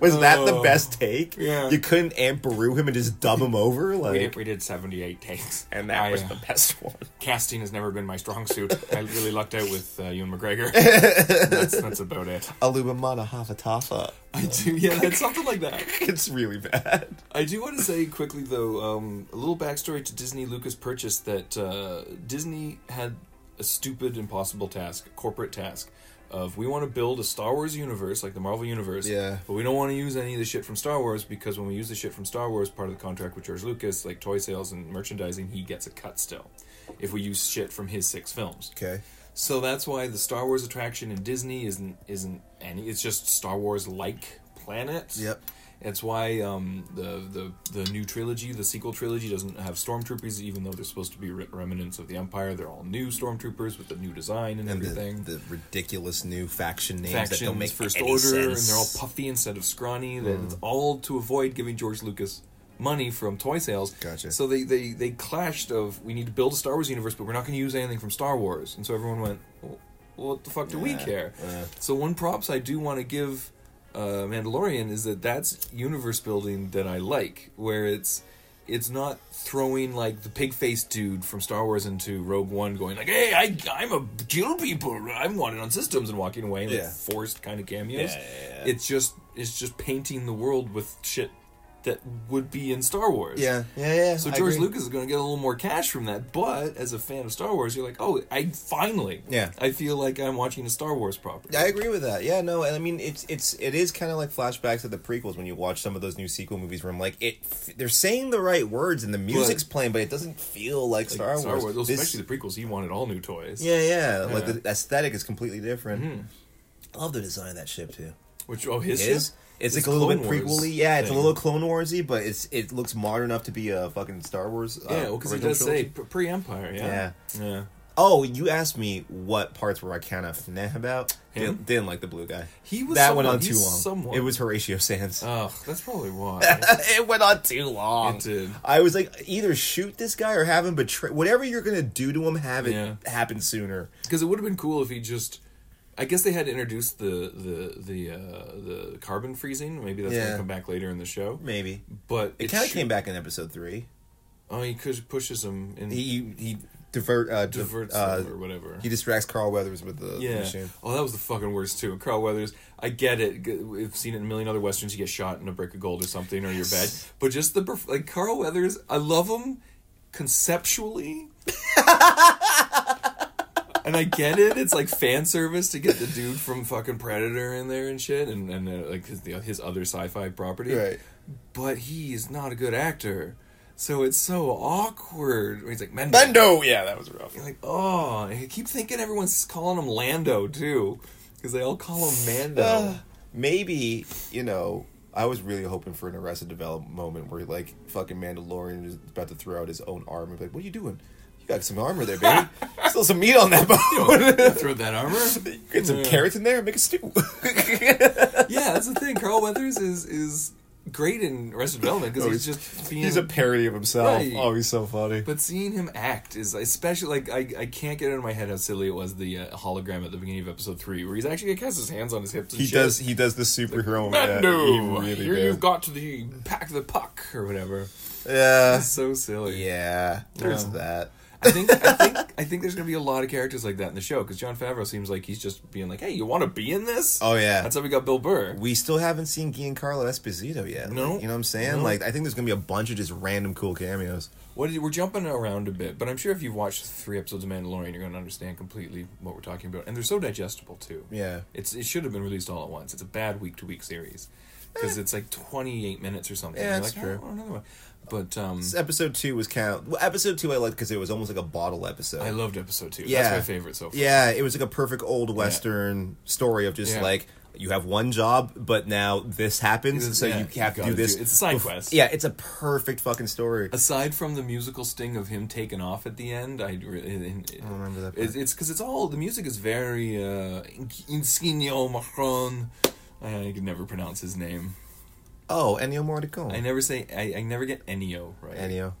B: was that the
C: Oh.
B: best take?
C: Yeah.
B: You couldn't amp brew him and just dub him over?
C: We did,
B: Like
C: we did 78 takes.
B: and that
C: I,
B: was
C: uh,
B: the best one.
C: casting has never been my strong suit. I really lucked out with uh, Ewan McGregor. that's, that's about it.
B: Alubamata Hafatafa.
C: I do, yeah, that's something like that.
B: It's really bad.
C: I do want to say quickly though, um, a little backstory to Disney Lucas purchase that uh, Disney had a stupid, impossible task, corporate task, of we want to build a Star Wars universe like the Marvel universe,
B: Yeah.
C: but we don't want to use any of the shit from Star Wars because when we use the shit from Star Wars, part of the contract with George Lucas, like toy sales and merchandising, he gets a cut still. If we use shit from his six films,
B: Okay.
C: so that's why the Star Wars attraction in Disney isn't isn't any. It's just Star Wars like planets.
B: Yep.
C: That's why um, the the the new trilogy, the sequel trilogy, doesn't have stormtroopers, even though they're supposed to be re- remnants of the Empire. They're all new stormtroopers with the new design and,
B: And
C: everything.
B: the, the ridiculous new faction names that don't
C: Factions,
B: make
C: First
B: any
C: Order,
B: sense. Hmm.
C: and they're all puffy instead of scrawny. That It's all to avoid giving George Lucas money from toy sales.
B: Gotcha.
C: So they, they, they clashed of, we need to build a Star Wars universe, but we're not going to use anything from Star Wars. And so everyone went, well, what the fuck do we
B: Yeah, uh,
C: care?
B: yeah.
C: So one props I do want to give uh, Mandalorian is that that's universe building that I like, where it's It's not throwing like the pig faced dude from Star Wars into Rogue One, going like, "Hey, I, I'm a kill people. I'm wanted on systems," and walking away, like
B: Yeah.
C: forced kind of cameos.
B: Yeah, yeah, yeah.
C: It's just it's just painting the world with shit that would be in Star Wars.
B: Yeah, yeah, yeah.
C: So
B: I
C: George
B: agree.
C: Lucas is going to get a little more cash from that, but as a fan of Star Wars, you're like, oh, I finally,
B: Yeah.
C: I feel like I'm watching a Star Wars property.
B: I agree with that. Yeah, no, and I mean it's it's it is kind of like flashbacks of the prequels when you watch some of those new sequel movies where I'm like it f- they're saying the right words and the music's playing but it doesn't feel like,
C: Like,
B: Star Wars.
C: well,
B: This-
C: especially the prequels. He wanted all new toys.
B: yeah, yeah, like
C: Yeah. Mm-hmm.
B: the aesthetic is completely different. Love the design of that ship too.
C: Which oh, his
B: It is.
C: ship?
B: It's,
C: His
B: like a little bit
C: Clone Wars
B: prequely. Yeah, it's
C: thing.
B: a little Clone Warsy, but it's it looks modern enough to be a fucking Star Wars. uh,
C: Yeah, because he
B: original
C: does
B: trilogy.
C: say pre- pre-Empire. Yeah. Yeah.
B: Oh, you asked me what parts were I kind of fneh about.
C: Him?
B: Didn't, didn't like the blue guy.
C: He was
B: that
C: someone-
B: went on
C: he's
B: too long.
C: someone.
B: It was Horatio Sands.
C: Oh, that's probably why.
B: it went on too long.
C: It did.
B: I was like, either shoot this guy or have him betray. Whatever you're gonna do to him, have it
C: Yeah.
B: happen sooner.
C: Because it would have been cool if he just. I guess they had introduced the the the uh, the carbon freezing. Maybe that's
B: Yeah.
C: gonna come back later in the show.
B: Maybe
C: But
B: it kind of
C: should-
B: came back in episode three.
C: Oh, he cus- pushes him and
B: He he, he divert uh, div-
C: diverts
B: uh,
C: him or whatever.
B: he distracts Carl Weathers with the
C: Yeah.
B: machine.
C: Oh, that was the fucking worst too. Carl Weathers. I get it. G- We've seen it in a million other westerns. You get shot in a brick of gold or something, or you're bad. But just the perf- like Carl Weathers. I love him conceptually. And I get it. It's like fan service to get the dude from fucking Predator in there and shit, and and uh, like his, the, his other sci-fi property.
B: Right.
C: But he is not a good actor, so it's so awkward. He's like Mendo.
B: Bendo, yeah, that was rough.
C: You're like, oh, I keep thinking everyone's calling him Lando too, because they all call him Mando.
B: Uh, maybe you know I was really hoping for an Arrested Development moment where like fucking Mandalorian is about to throw out his own arm and be like, "What are you doing? You got some armor there, baby. Still some meat on that bone.
C: Throw that armor.
B: Get some
C: Yeah.
B: carrots in there, and make a stew."
C: yeah, that's the thing. Carl Weathers is is great in Arrested Development because
B: Oh,
C: he's
B: he's-
C: just being.
B: He's a parody of himself.
C: Right.
B: Oh, he's so funny.
C: but seeing him act is especially like I, I can't get it out of my head how silly it was the uh, hologram at the beginning of episode three where he's actually has his hands on his hips. And
B: He
C: shit.
B: does. He does the superhero. moment.
C: Mando,
B: Yeah, he really
C: here
B: does.
C: you've got to the pack the puck or whatever.
B: Yeah.
C: It's so silly.
B: Yeah. There's
C: Yeah.
B: that.
C: I think I think I think there's gonna be a lot of characters like that in the show because John Favreau seems like he's just being like, "Hey, you want to be in this?"
B: Oh yeah.
C: that's how we got Bill Burr.
B: We still haven't seen Giancarlo Esposito yet.
C: No.
B: Like, you know what I'm saying?
C: No.
B: Like, I think there's gonna be a bunch of just random cool cameos.
C: What did, we're jumping around a bit, but I'm sure if you've watched three episodes of Mandalorian, you're gonna understand completely what we're talking about, and they're so digestible too.
B: Yeah.
C: it's it should have been released all at once. It's a bad week to week series because it's like 28 minutes or something.
B: Eh. Yeah,
C: You're
B: that's
C: like,
B: true.
C: "Oh, I want another one, but um,
B: This episode two was kind of well, episode two. I liked because it was almost like a bottle episode.
C: I loved episode two.
B: Yeah.
C: that's my favorite so far.
B: yeah, it was like a perfect old western story of just
C: Yeah.
B: like you have one job, but now this happens,
C: This-
B: so
C: yeah,
B: you have to
C: gotta
B: do this.
C: It's a side
B: bef-
C: quest.
B: Yeah, it's a perfect fucking story.
C: aside from the musical sting of him taking off at the end, I, really I
B: don't remember that part.
C: It's because it's all the music is very uh, Insignia Macron. I, I can never pronounce his name.
B: Oh, Ennio
C: I
B: Morricone.
C: never say I, I never get Ennio right.
B: Ennio.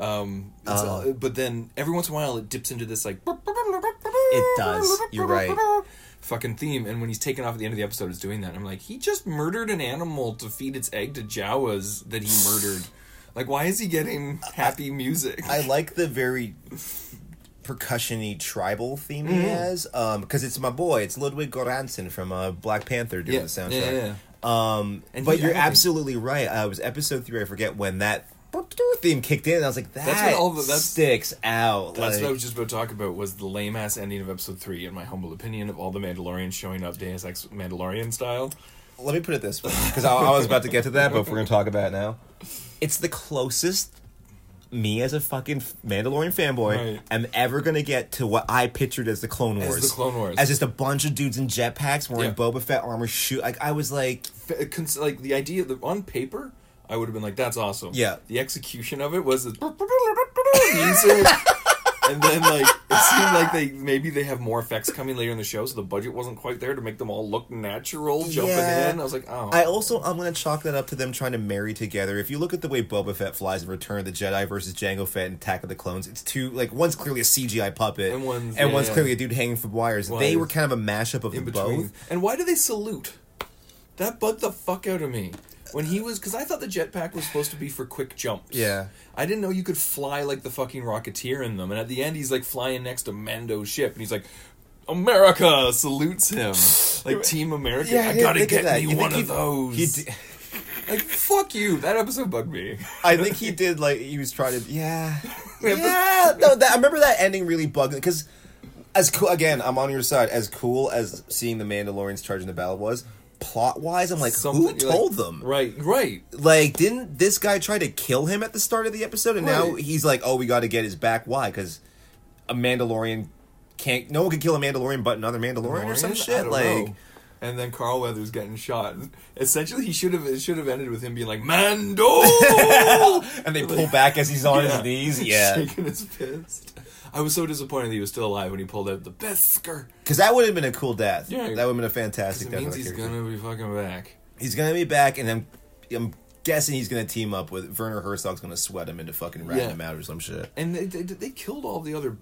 C: Um, it's
B: Uh.
C: all- but then every once in a while it dips into this like
B: It does. You're right.
C: fucking theme. And when he's taken off at the end of the episode, it's doing that. And I'm like, he just murdered an animal to feed its egg to Jawas that he murdered. Like, why is he getting happy music?
B: I like the very percussion-y tribal theme
C: Mm-hmm.
B: he has because it's my boy. It's Ludwig Göransson from uh, Black Panther doing the soundtrack.
C: Yeah, yeah, yeah.
B: Um,
C: And
B: but
C: he-
B: you're
C: I don't think-
B: absolutely right. Uh, it was episode three. I forget when that theme kicked in. And I was like, that
C: That's what all the- that's-
B: sticks out.
C: That's
B: like-
C: what I was just about to talk about was the lame ass ending of episode three, in my humble opinion, of all the Mandalorians showing up Deus Ex Mandalorian style.
B: let me put it this way because I, I was about to get to that, but if we're gonna talk about it now, it's the closest me as a fucking Mandalorian fanboy
C: Right.
B: am ever gonna get to what I pictured as the Clone Wars,
C: the Clone Wars.
B: as just a bunch of dudes in jetpacks wearing
C: Yeah.
B: Boba Fett armor. Shoot, like I was like,
C: F- cons- Like the idea that on paper, I would have been like, "That's awesome."
B: Yeah.
C: The execution of it was the music, and then like it seemed like they maybe they have more effects coming later in the show, so the budget wasn't quite there to make them all look natural jumping
B: Yeah.
C: in. I was like, "Oh."
B: I also I'm gonna chalk that up to them trying to marry together. If you look at the way Boba Fett flies in Return of the Jedi versus Jango Fett in Attack of the Clones, it's two like one's clearly a CGI puppet
C: And one's- yeah, yeah.
B: clearly a dude hanging from wires. They
C: Wires.
B: were kind of a mashup of
C: in
B: the
C: between.
B: both.
C: And why do they salute? That bugged the fuck out of me. When he was, because I thought the jetpack was supposed to be for quick jumps.
B: Yeah.
C: I didn't know you could fly like the fucking Rocketeer in them. And at the end, he's like flying next to Mando's ship, and he's like, "America!" salutes him, like Team America. I gotta
B: think of
C: get
B: that.
C: me
B: You think
C: one
B: he-
C: of those.
B: He did,
C: Like fuck you. That episode bugged me.
B: I think he did like he was trying to. Yeah,
C: Yeah, but-
B: yeah. No, that, I remember that ending really bugged because as cool again, I'm on your side. As cool as seeing the Mandalorians charging the battle was, plot wise, I'm like, who
C: Something- you're like,
B: told them?
C: Right, right.
B: Like, didn't this guy try to kill him at the start of the episode? And now
C: Right.
B: he's like, oh, we got to get his back. Why? Because a Mandalorian can't. No one can kill a Mandalorian but another Mandalorian, or some
C: Mandalorian?
B: shit.
C: I don't
B: Like,
C: know. And then Carl Weathers getting shot. Essentially, he should have it should have ended with him being like Mando,
B: and they pull back as he's on his knees. Yeah,
C: shaking his fist. I was so disappointed that he was still alive when he pulled out the Beskar.
B: because that would have been a cool death.
C: Yeah.
B: that would have been a fantastic
C: It
B: death.
C: means
B: for that
C: he's
B: character.
C: gonna be fucking back.
B: He's gonna be back, and I'm I'm guessing he's gonna team up with Werner Herzog's gonna sweat him into fucking ratting
C: Yeah.
B: him out or some shit.
C: And they, they, they killed all the other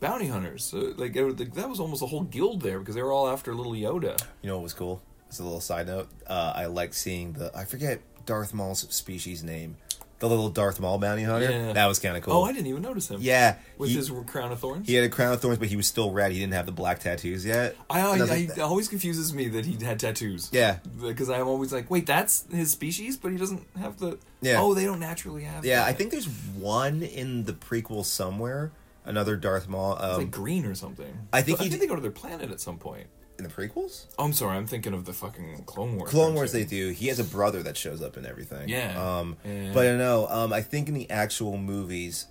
C: bounty hunters. So, like, it was- like, that was almost a whole guild there because they were all after little Yoda.
B: You know what was cool? It's a little side note. Uh, I like seeing the I forget Darth Maul's species name, the little Darth Maul bounty hunter.
C: Yeah.
B: That was kind of cool.
C: Oh, I didn't even notice him.
B: Yeah,
C: with
B: he,
C: his crown of thorns.
B: he had a crown of thorns, but he was still red. He didn't have the black tattoos yet.
C: I,
B: And
C: I,
B: was like,
C: I always confuses me that he had tattoos.
B: Yeah.
C: because I'm always like, wait, that's his species, but he doesn't have the.
B: Yeah.
C: Oh, they don't naturally have.
B: yeah,
C: that.
B: I think there's one in the prequel somewhere. Another Darth Maul.
C: It's
B: Um,
C: like green or something.
B: I think
C: I
B: he
C: think
B: d-
C: they go to their planet at some point.
B: in the prequels,
C: Oh, I'm sorry, I'm thinking of the fucking Clone Wars.
B: Clone Wars,
C: cartoon.
B: they do. He has a brother that shows up in everything.
C: Yeah.
B: Um,
C: Yeah.
B: But I know. Um, I think in the actual movies,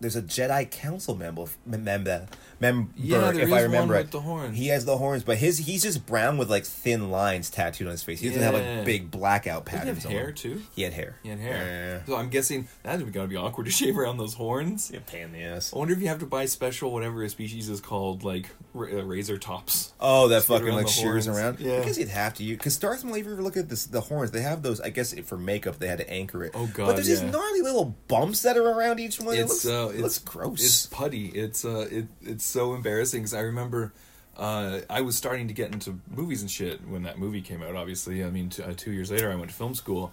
B: there's a Jedi Council member. Member. Member.
C: Yeah, there
B: if
C: is
B: I remember
C: one
B: it.
C: with the horns.
B: He has the horns, but his he's just brown with like thin lines tattooed on his face. He doesn't have
C: Yeah.
B: like big blackout
C: Didn't he have
B: patterns. on
C: hair
B: him.
C: too.
B: He had hair.
C: He had hair.
B: Yeah.
C: So I'm guessing that's gonna be awkward to shave around those horns.
B: Yeah, pain in the ass.
C: I wonder if you have to buy special whatever a species is called, like ra- uh, razor tops.
B: Oh, that
C: Scoot
B: fucking
C: around
B: like
C: the
B: shears
C: horns.
B: around.
C: Yeah.
B: I guess you'd have to. Because Darth Maul, if you ever look at this, the horns, they have those. I guess for makeup, they had to anchor it.
C: Oh,
B: But
C: God,
B: there's
C: yeah.
B: these gnarly little bumps that are around each one. it looks,
C: uh,
B: it looks gross.
C: It's putty. It's uh, it it's so embarrassing 'cause I remember. Uh, I was starting to get into movies and shit when that movie came out. Obviously, I mean, t- uh, two years later, I went to film school,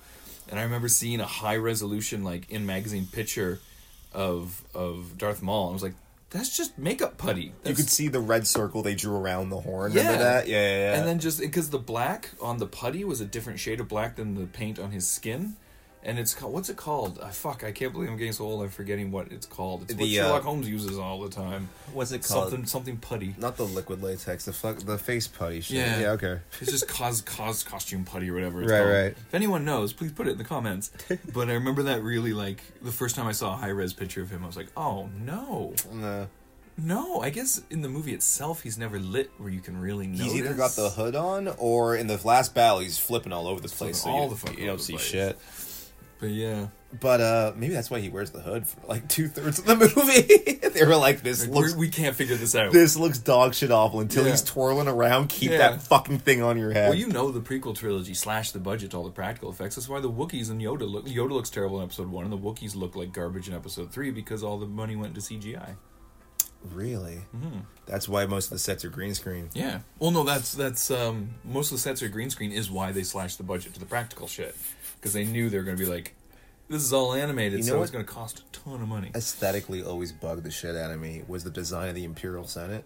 C: and I remember seeing a high resolution, like in magazine picture, of of Darth Maul. I was like, "That's just makeup putty."
B: you
C: That's-
B: could see the red circle they drew around the horn. Remember that? Yeah, yeah, yeah.
C: And then just because the black on the putty was a different shade of black than the paint on his skin, and it's called what's it called? Ah, fuck, I can't believe I'm getting so old. I'm forgetting what it's called. It's what
B: The, uh,
C: Sherlock Holmes uses all the time.
B: what's it called?
C: Something something putty.
B: Not the liquid latex, the fuck, the face putty shit.
C: Yeah.
B: yeah okay.
C: It's just cause cause costume putty or whatever. It's
B: Right,
C: called.
B: right.
C: If anyone knows, please put it in the comments. but I remember that really like the first time I saw a high res picture of him, I was like, oh no,
B: No.
C: no. I guess in the movie itself, he's never lit where you can really notice.
B: He's either got the hood on, or in the last battle, he's flipping all over the place.
C: flipping all
B: you,
C: the fuck
B: you don't
C: over the
B: see
C: place.
B: shit.
C: But yeah.
B: But uh, maybe that's why he wears the hood for like two thirds of the movie. they were like, "This
C: We're,
B: looks,
C: we can't figure this out.
B: this looks dog shit awful." Until
C: Yeah.
B: he's twirling around, keep
C: Yeah.
B: that fucking thing on your head.
C: Well, you know the prequel trilogy slashed the budget to all the practical effects. That's why the Wookiees and Yoda look Yoda looks terrible in episode one, and the Wookiees look like garbage in episode three because all the money went to CGI.
B: really?
C: Mm-hmm.
B: That's why most of the sets are green screen.
C: Yeah. Well, no, that's that's um, most of the sets are green screen is why they slashed the budget to the practical shit because they knew they were going to be like, this is all animated,
B: You know
C: so it's
B: what-
C: going to cost a ton of money.
B: aesthetically always bugged the shit out of me was the design of the Imperial Senate.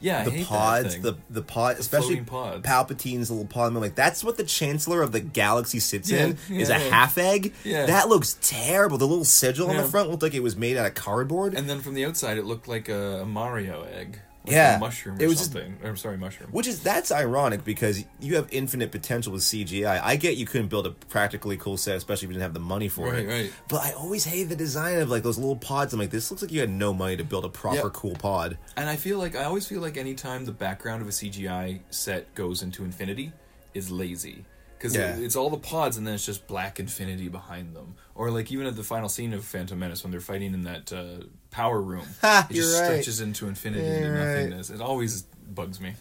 C: Yeah, I
B: The
C: hate that
B: pods,
C: thing.
B: the the pod, especially
C: floating pods.
B: Palpatine's little pod. I'm like, that's what the Chancellor of the Galaxy sits
C: Yeah,
B: in is a
C: yeah.
B: half egg.
C: Yeah.
B: That looks terrible. The little sigil on
C: Yeah.
B: the front looked like it was made out of cardboard.
C: and then from the outside it looked like a Mario egg, like
B: Yeah.
C: a mushroom or
B: It was just-
C: something. I'm sorry, mushroom.
B: which is that's ironic because you have infinite potential with CGI. I get you couldn't build a practically cool set, especially if you didn't have the money for
C: Right,
B: it.
C: right.
B: But I always hated the design of like those little pods. I'm like, this looks like you had no money to build a proper
C: Yeah.
B: cool pod.
C: And I feel like I always feel like anytime the background of a CGI set goes into infinity is lazy because
B: Yeah.
C: it's all the pods and then it's just black infinity behind them. Or like even at the final scene of Phantom Menace when they're fighting in that uh, power room, it
B: You're
C: just
B: right.
C: stretches into infinity
B: You're
C: and
B: right.
C: nothingness. It always bugs me.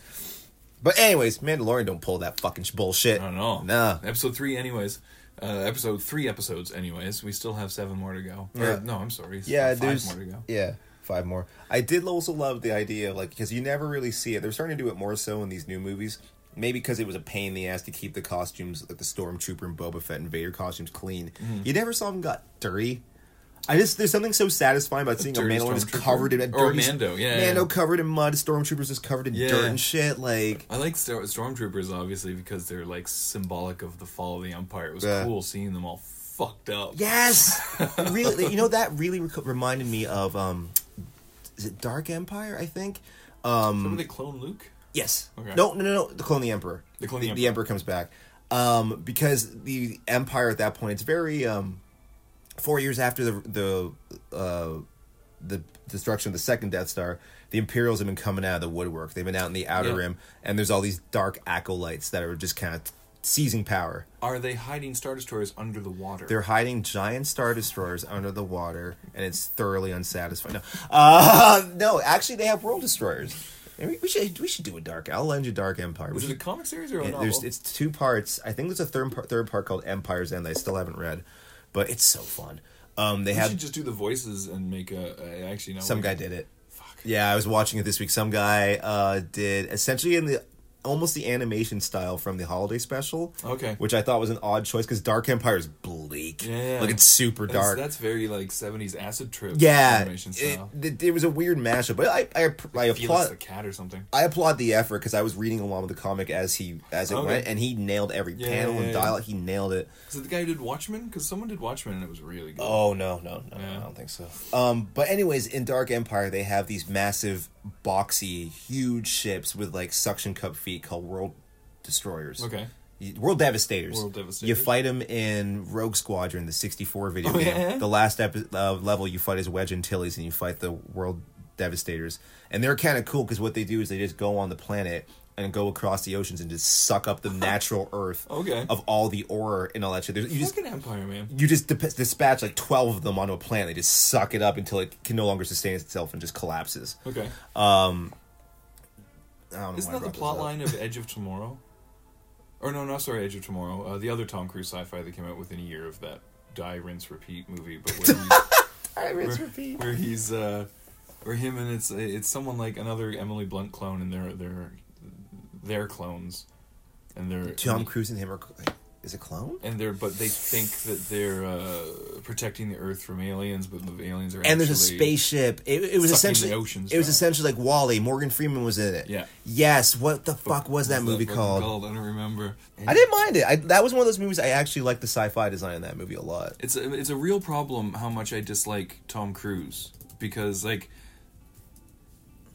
B: But anyways, Mandalorian don't pull that fucking sh- bullshit.
C: I don't know.
B: Nah.
C: Episode three, anyways. Uh, episode three episodes, anyways. We still have seven more to go. Or,
B: Yeah.
C: no, I'm sorry.
B: Yeah,
C: five
B: there's
C: more to go.
B: yeah, five more. I did also love the idea of like because you never really see it. They're starting to do it more so in these new movies Maybe because it was a pain in the ass to keep the costumes, like the Stormtrooper and Boba Fett and Vader costumes, clean.
C: Mm-hmm.
B: You never saw them got dirty. I just there's something so satisfying about seeing a
C: dirty
B: Mandalorian just
C: Stormtrooper.
B: covered in a
C: Or
B: dirty
C: Mando, yeah,
B: Mando
C: yeah.
B: covered in mud, Stormtroopers just covered in
C: Yeah.
B: dirt and shit. Like
C: I like Star- stormtroopers obviously because they're like symbolic of the fall of the empire. It was
B: Yeah.
C: cool seeing them all fucked up.
B: Yes, really. You know that really rec- reminded me of um, is it Dark Empire? I think. Um,
C: Remember they clone Luke?
B: yes.
C: Okay.
B: No, no, no, no. The Clone the Emperor.
C: The Clone the
B: the Emperor comes back. Um, because the Empire at that point, it's very um, four years after the the uh, the destruction of the second Death Star, the Imperials have been coming out of the woodwork. They've been out in the outer
C: Yeah.
B: rim, and there's all these dark acolytes that are just kind of seizing power.
C: Are they hiding star destroyers under the water?
B: They're hiding giant star destroyers under the water, and it's thoroughly unsatisfying. No, uh, no, actually, they have world destroyers. And we, we should we should do a dark. I'll lend you Dark Empire. We
C: was it a
B: should,
C: comic series or a
B: yeah,
C: novel?
B: there's, it's two parts. I think there's a third part, third part called Empire's End. that I still haven't read, but it's so fun. Um, they
C: we should
B: had
C: just do the voices and make a. a actually, no.
B: some
C: we-
B: guy did it.
C: Fuck.
B: Yeah, I was watching it this week. Some guy uh, did essentially in the almost the animation style from the holiday special.
C: Okay.
B: which I thought was an odd choice because Dark Empire is bleak.
C: Yeah.
B: like it's super
C: That's,
B: dark.
C: that's very like seventies acid trip.
B: Yeah,
C: animation
B: it,
C: style.
B: it, it was a weird mashup, but I I, I
C: Felix the
B: applaud
C: cat or something.
B: I applaud the effort because I was reading along with the comic as he as it
C: Okay.
B: went, and he nailed every
C: Yeah,
B: panel
C: yeah,
B: and
C: yeah.
B: dialogue. He nailed it.
C: Is it the guy who did Watchmen? Because someone did Watchmen and it was really good.
B: Oh no no no!
C: Yeah.
B: I don't think so. Um, but anyways, in Dark Empire, they have these massive, boxy, huge ships with like suction cup feet called World Destroyers.
C: Okay.
B: Y- World Devastators.
C: World Devastators.
B: You fight them in Rogue Squadron, the '64 video
C: Oh,
B: game.
C: yeah?
B: The last epi- uh, level you fight is Wedge Antilles, and you fight the World Devastators. And they're kind of cool because what they do is they just go on the planet and go across the oceans and just suck up the natural Earth
C: Okay.
B: of all the ore and all that shit. There's, you just
C: Fucking Empire, man.
B: you just dip- dispatch like 12 of them onto a planet. They just suck it up until it can no longer sustain itself and just collapses.
C: Okay.
B: I don't know
C: Isn't
B: why I
C: that
B: brought this
C: the plot
B: up.
C: line of Edge of Tomorrow? Or no, not sorry, Edge of Tomorrow. Uh, the other Tom Cruise sci-fi that came out within a year of that die, rinse, repeat movie, but where he's,
B: I rinse
C: where,
B: repeat.
C: where he's uh, where him and it's it's someone like another Emily Blunt clone and they're they're they're clones, and they're
B: Tom Cruise and him are. Is it clone?
C: and they're but they think that they're uh, protecting the Earth from aliens, but the aliens are
B: and there's a
C: actually-
B: spaceship. It, it was
C: Sucking
B: essentially
C: the oceans
B: it was
C: dry.
B: essentially like Wally. Morgan Freeman was in it.
C: Yeah.
B: Yes. What the fuck was
C: What's
B: that movie
C: fucking
B: called?
C: I don't remember.
B: I didn't mind it. I, that was one of those movies I actually liked the sci-fi design in that movie a lot.
C: it's a, it's a real problem how much I dislike Tom Cruise because like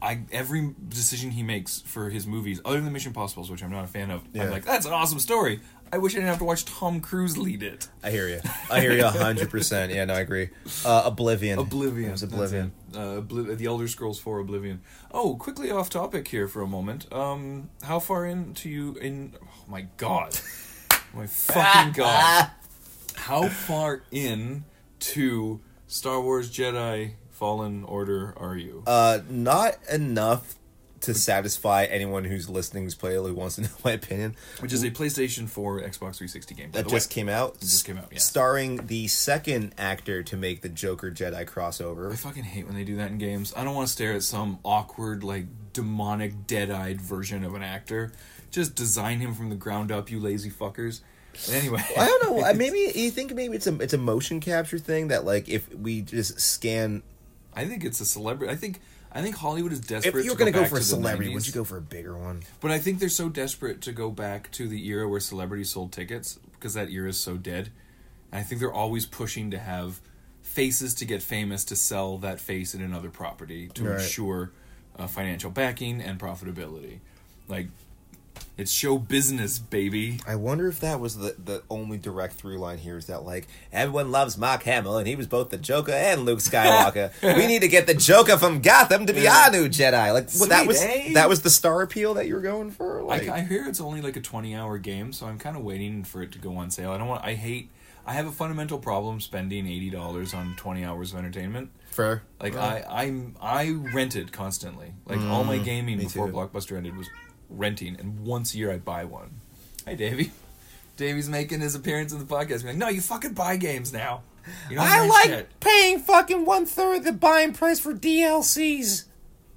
C: I every decision he makes for his movies, other than Mission Possible, which I'm not a fan of,
B: Yeah.
C: I'm like that's an awesome story. I wish I didn't have to watch Tom Cruise lead it.
B: I hear you. I hear you hundred percent. Yeah, no, I agree. Uh, Oblivion.
C: Oblivion.
B: It was
C: That's
B: Oblivion.
C: it. Uh, Obli- the Elder Scrolls Four: Oblivion. Oh, quickly off topic here for a moment. Um, how far into you in? Oh my god, my fucking god! How far in to Star Wars Jedi Fallen Order are you?
B: Uh, not enough to satisfy anyone who's listening, who's played, who wants to know my opinion.
C: Which is a PlayStation Four, Xbox 360 game. By
B: That
C: the
B: just
C: way.
B: came out.
C: just came out, yeah.
B: Starring the second actor to make the Joker Jedi
C: I
B: crossover.
C: fucking hate when they do that in games. I don't want to stare at some awkward, like, demonic, dead eyed version of an actor. Just design him from the ground up, you lazy fuckers. Anyway.
B: I don't know. I- Maybe you think maybe it's a it's a motion capture thing that like if we just scan.
C: I think it's a celebrity. I think. I think Hollywood is
B: If
C: desperate.
B: you were
C: to
B: gonna
C: go,
B: go
C: back
B: for a
C: to the
B: celebrity,
C: 90s.
B: would you go for a bigger one?
C: But I think they're so desperate to go back to the era where celebrities sold tickets because that era is so dead. And I think they're always pushing to have faces to get famous to sell that face in another property to
B: Right.
C: ensure uh, financial backing and profitability. Like it's show business, baby.
B: I wonder if that was the the only direct through line here is that like everyone loves Mark Hamill and he was both the Joker and Luke Skywalker. we need to get the Joker from Gotham to be
C: Yeah.
B: our new Jedi. Like what that
C: Sweet,
B: was
C: eh?
B: that was the star appeal that you were going for. Like
C: I, I hear it's only like a 20 hour game, so I'm kind of waiting for it to go on sale. I don't want. I hate. I have a fundamental problem spending eighty dollars on 20 hours of entertainment.
B: for
C: Like I, I'm I rented constantly. Like all my gaming before
B: Mm, too.
C: Blockbuster ended was renting, and once a year I'd buy one. Hey, Davey. Davey's making his appearance in the podcast. being like, no, you fucking buy games now. You don't
B: I
C: rent
B: like
C: shit."
B: paying fucking one third the buying price for DLCs.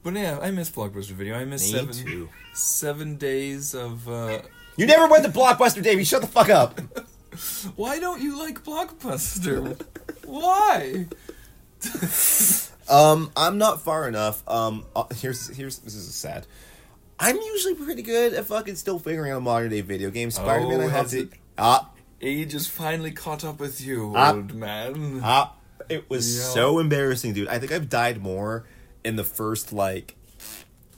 C: But yeah, I miss Blockbuster Video. I miss
B: Me
C: seven
B: too.
C: seven days of. Uh,
B: You never went to Blockbuster, Davey. Shut the fuck up.
C: why don't you like Blockbuster? why?
B: Um, I'm not far enough. Um, uh, here's here's this is sad. I'm usually pretty good at fucking still figuring out modern day video games. Spider Man, I have
C: has
B: to.
C: Oh, it-
B: Ah,
C: Age has finally caught up with you,
B: Ah.
C: old man.
B: ah, it was
C: Yeah.
B: so embarrassing, dude. I think I've died more in the first like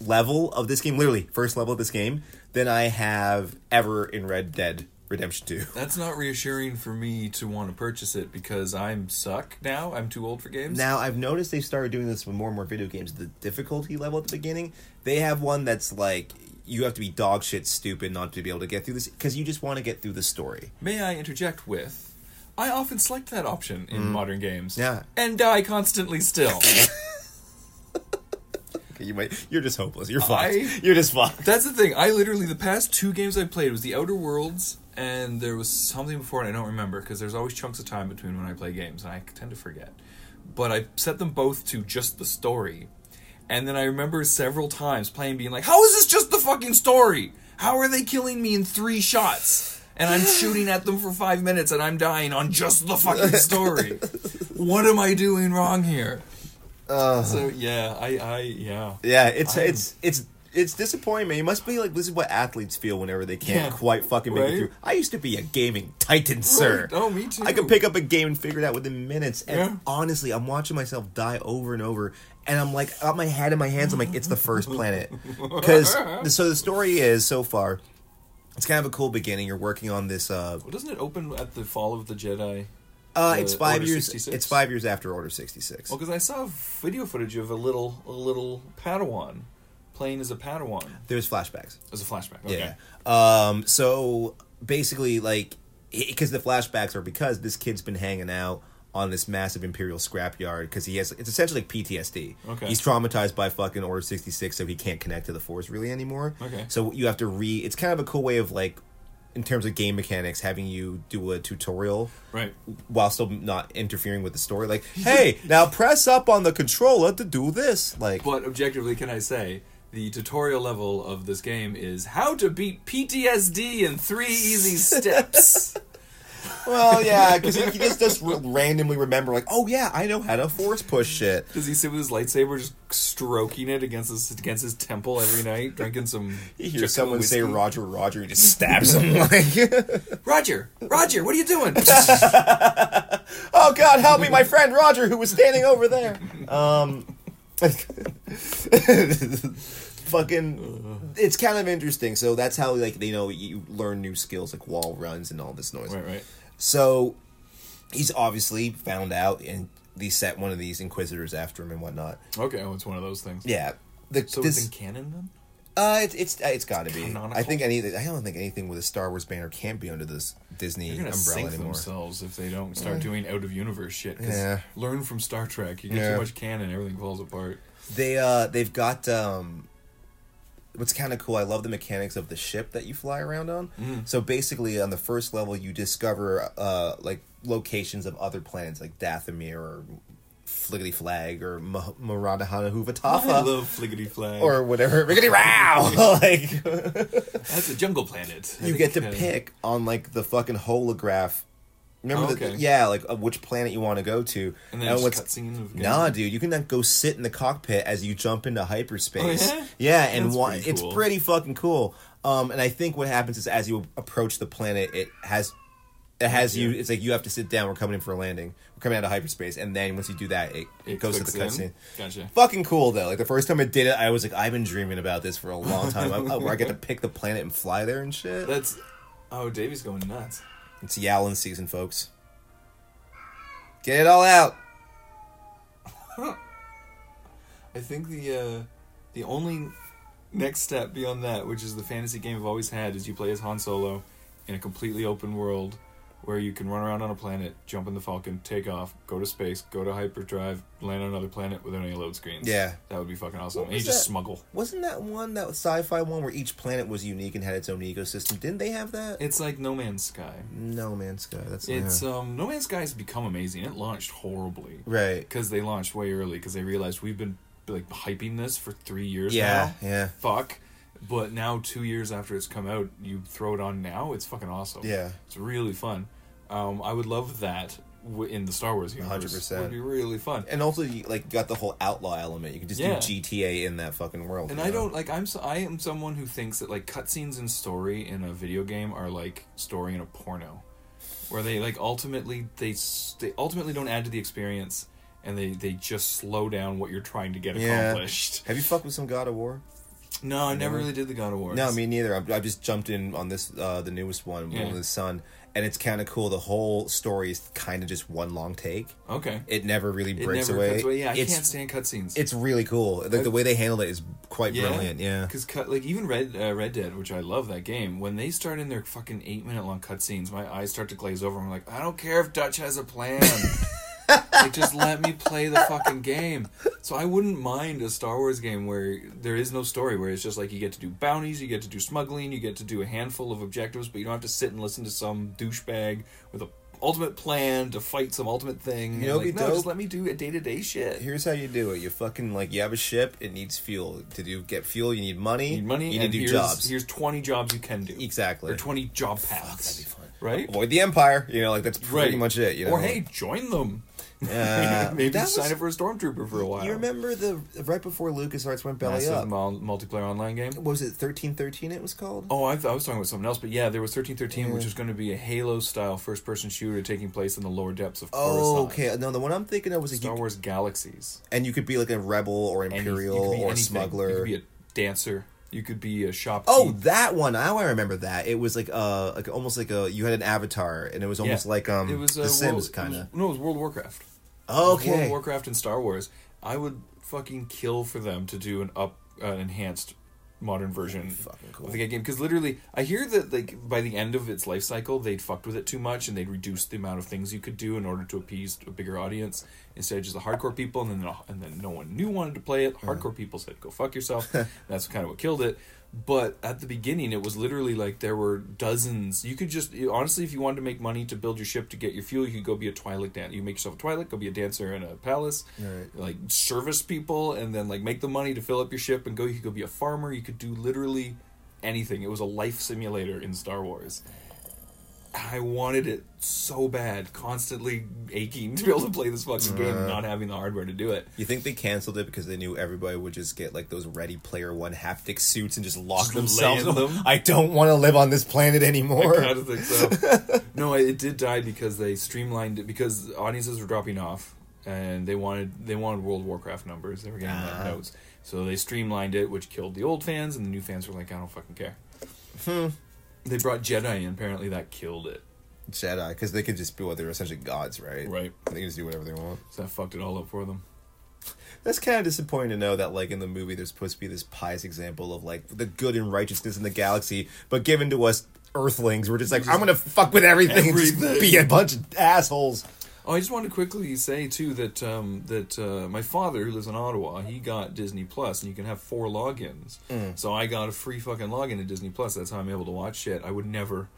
B: level of this game, literally first level of this game, than I have ever in Red Dead Redemption Two.
C: That's not reassuring for me to want to purchase it because I'm suck now. I'm too old for games.
B: Now I've noticed they started doing this with more and more video games. The difficulty level at the beginning, they have one that's like you have to be dog shit stupid not to be able to get through this because you just want to get through the story.
C: May I interject with? I often select that option in modern games.
B: Mm. Yeah.
C: And die constantly still.
B: Okay, you might you're just hopeless. You're fucked.
C: I-
B: You're just fucked.
C: That's the thing. I literally the past two games I played was The Outer Worlds and there was something before and I don't remember because there's always chunks of time between when I play games and I tend to forget. But I set them both to just the story. And then I remember several times playing being like, "How is this just the fucking story? How are they killing me in 3 shots?" And I'm shooting at them for 5 minutes and I'm dying on just the fucking story. what am I doing wrong here?
B: Uh-huh.
C: so yeah, I I yeah.
B: Yeah, it's
C: I-
B: it's it's it's disappointment. It must be like this is what athletes feel whenever they can't
C: Yeah.
B: quite fucking make
C: Right?
B: it through. I used to be a gaming titan, sir.
C: Right. Oh, me too.
B: I could pick up a game and figure it out within minutes. And
C: Yeah.
B: honestly, I'm watching myself die over and over, and I'm like, got my head in my hands. I'm like, it's the first planet. Because so the story is so far, it's kind of a cool beginning. You're working on this. Uh,
C: Well, doesn't it open at the fall of the Jedi?
B: uh
C: The
B: it's five
C: Order
B: years.
C: 66?
B: It's five years after Order sixty six.
C: Well, because I saw video footage of a little a little Padawan playing as a Padawan
B: There's flashbacks.
C: as a flashback. Okay.
B: Yeah. Um. So basically, like, because the flashbacks are because this kid's been hanging out on this massive imperial scrapyard because he has it's essentially like PTSD.
C: Okay.
B: He's traumatized by fucking Order sixty six, so he can't connect to the Force really anymore.
C: Okay.
B: So you have to re. It's kind of a cool way of like, in terms of game mechanics, having you do a tutorial
C: Right.
B: while still not interfering with the story. Like, hey, now press up on the controller to do this. Like,
C: But objectively, can I say the tutorial level of this game is how to beat PTSD in three easy steps.
B: Well, yeah, because he, he just just r- randomly remember like, oh yeah, I know how to force push shit.
C: Does he sit with his lightsaber, just stroking it against his against his temple every night, drinking some?
B: He
C: Jacko
B: hears someone say
C: whiskey?
B: Roger, Roger, he just stabs him like,
C: Roger, Roger, what are you doing?
B: oh God, help me, my friend Roger, who was standing over there. Um,
C: Uh.
B: fucking, it's kind of interesting. So that's how like you know you learn new skills like wall runs and all this noise.
C: right, right.
B: So he's obviously found out and they set one of these inquisitors after him and whatnot.
C: Okay, oh, it's one of those things.
B: Yeah. The,
C: So
B: this,
C: it's in canon then?
B: Uh, it's it's uh, it's got to be.
C: canonical?
B: I think any. I don't think anything with a Star Wars banner can be under this Disney
C: They're gonna
B: umbrella
C: sink
B: anymore.
C: themselves if they don't start doing out of universe shit. 'cause
B: Yeah.
C: Learn from Star Trek. You get
B: Yeah.
C: too much canon, everything falls apart.
B: They uh they've got um. What's kind of cool, I love the mechanics of the ship that you fly around on.
C: Mm.
B: So basically, on the first level, you discover uh like locations of other planets like Dathomir or Fliggity Flag or Ma- Maradahana
C: I
B: Huvatafa
C: love Fliggity Flag.
B: or whatever. Riggity Row! like,
C: That's a jungle planet. I
B: you
C: think,
B: get to
C: uh,
B: pick on like the fucking holograph. Remember
C: Oh,
B: the
C: okay.
B: yeah, like of which planet you want to go to.
C: And then just cutscene of
B: Oh, Nah, dude, you can then go sit in the cockpit as you jump into hyperspace.
C: Oh, yeah?
B: and
C: That's
B: wa-
C: pretty
B: it's
C: cool.
B: pretty fucking cool. Um, and I think what happens is as you approach the planet, it has it has you. It's like you have to sit down. We're coming in for a landing. We're coming out of hyperspace, and then once you do that, it, it,
C: It
B: goes to the
C: clicks in?
B: cutscene.
C: Gotcha.
B: Fucking cool though. Like the first time I did it, I was like, I've been dreaming about this for a long time. I, where I get to pick the planet and fly there and shit.
C: That's. Oh, Davey's going nuts.
B: It's Yowlin season, folks. Get it all out.
C: I think the uh, the only next step beyond that, which is the fantasy game I've always had, is you play as Han Solo in a completely open world where you can run around on a planet, jump in the Falcon, take off, go to space, go to hyperdrive, land on another planet without any load screens.
B: Yeah.
C: That would be fucking awesome.
B: What
C: And you
B: was
C: just
B: that?
C: smuggle.
B: Wasn't that one that sci-fi one where each planet was unique and had its own ecosystem? Didn't they have that?
C: It's like No Man's Sky.
B: no, man, Sky. That's
C: It's
B: yeah.
C: um No Man's Sky has become amazing. It launched horribly
B: right.
C: because they launched way early because they realized we've been like hyping this for three years.
B: Yeah,
C: now.
B: yeah.
C: Fuck. But now, two years after it's come out, you throw it on now. It's fucking awesome.
B: Yeah.
C: it's really fun. Um, I would love that w- in the Star Wars universe.
B: 100%.
C: Would be really fun.
B: And also, you, like, you got the whole outlaw element. You can just
C: Yeah.
B: do GTA in that fucking world.
C: And
B: you
C: I
B: know?
C: don't like I'm so, I am someone who thinks that like cutscenes and story in a video game are like story in a porno, where they like ultimately they s- they ultimately don't add to the experience and they they just slow down what you're trying to get
B: Yeah.
C: accomplished.
B: Have you fucked with some God of War?
C: No, I never really did the God of War.
B: No, me neither. I, I just jumped in on this, uh, the newest one, Moon
C: Yeah.
B: of the Sun, and it's kind of cool. The whole story is kind of just one long take.
C: okay.
B: It never really
C: It
B: breaks
C: never
B: away.
C: cuts away. Yeah, I
B: it's,
C: can't stand cutscenes.
B: It's really cool. Like the way they handled it is quite brilliant. Yeah.
C: Because cut like even Red uh, Red Dead, which I love that game. When they start in their fucking eight minute long cutscenes, my eyes start to glaze over. I'm like, I don't care if Dutch has a plan. like, just let me play the fucking game. So I wouldn't mind a Star Wars game where there is no story, where it's just like you get to do bounties, you get to do smuggling, you get to do a handful of objectives, but you don't have to sit and listen to some douchebag with a ultimate plan to fight some ultimate thing.
B: You know
C: like,
B: what'd be
C: no,
B: dope?
C: just let me do a day to day shit.
B: Here's how you do it. You fucking like you have a ship. It needs fuel. To do get fuel, you need money.
C: You need money.
B: You
C: and
B: need to do
C: here's,
B: jobs.
C: Here's twenty jobs you can do.
B: Exactly.
C: Or twenty job paths. Right.
B: Avoid the empire. You know, like that's
C: right.
B: pretty much it. You know.
C: Or hey, join them.
B: Yeah.
C: Maybe
B: That
C: sign
B: was-
C: up for a stormtrooper for a while.
B: You remember the right before LucasArts went belly
C: massive
B: up?
C: mul- multiplayer online game?
B: What was it thirteen thirteen? It was called.
C: Oh, I, th- I was talking about something else, but yeah, there was thirteen thirteen, which was going to be a Halo style first person shooter taking place in the lower depths of
B: Oh,
C: Coruscant.
B: okay. No, the one I'm thinking of was like
C: Star
B: you,
C: Wars Galaxies.
B: and you could be like a rebel or
C: Any- you could be
B: imperial or
C: anything. You
B: smuggler.
C: could be a dancer. You could be a shop.
B: oh, that one! Now I remember that. It was like uh, like almost like a you had an avatar, and it was almost like um,
C: uh,
B: the Sims
C: World-
B: kind
C: it
B: of.
C: was- No, it was World of Warcraft. World
B: Okay,
C: of Warcraft and Star Wars, I would fucking kill for them to do an up uh, enhanced modern version
B: fucking cool.
C: of the game because literally I hear that like by the end of its life cycle they'd fucked with it too much and they'd reduced the amount of things you could do in order to appease a bigger audience instead of just the hardcore people and then and then no one knew wanted to play it hardcore people said go fuck yourself that's kind of what killed it but at the beginning it was literally like there were dozens you could just you- honestly if you wanted to make money to build your ship to get your fuel you could go be a twilight dan you make yourself a twilight go be a dancer in a palace
B: Right.
C: like service people and then like make the money to fill up your ship and go you could go be a farmer you could do literally anything it was a life simulator in star wars i wanted it so bad constantly aching to be able to play this fucking game and not having the hardware to do it
B: you think they canceled it because they knew everybody would just get like those Ready Player One haptic suits and just lock
C: Just
B: themselves?
C: lay in them.
B: I don't want to live on this planet anymore.
C: I kind of think so. no, it it did die because they streamlined it because audiences were dropping off, and they wanted they wanted World of Warcraft numbers. They were getting that notes, so they streamlined it, which killed the old fans, and the new fans were like, I don't fucking care. They brought Jedi in. Apparently, that killed it.
B: Jedi, because they could just be what they're essentially gods, right?
C: Right.
B: They can just do whatever they want.
C: So that fucked it all up for them.
B: That's kind of disappointing to know that, like in the movie, there's supposed to be this pious example of like the good and righteousness in the galaxy, but given to us Earthlings, we're just like, I'm gonna fuck with everything, and just
C: Everything.
B: be a bunch of assholes.
C: Oh, I just wanted to quickly say too that um, that uh, my father, who lives in Ottawa, he got Disney Plus, and you can have four logins.
B: Mm.
C: So I got a free fucking login to Disney Plus. That's how I'm able to watch shit. I would never,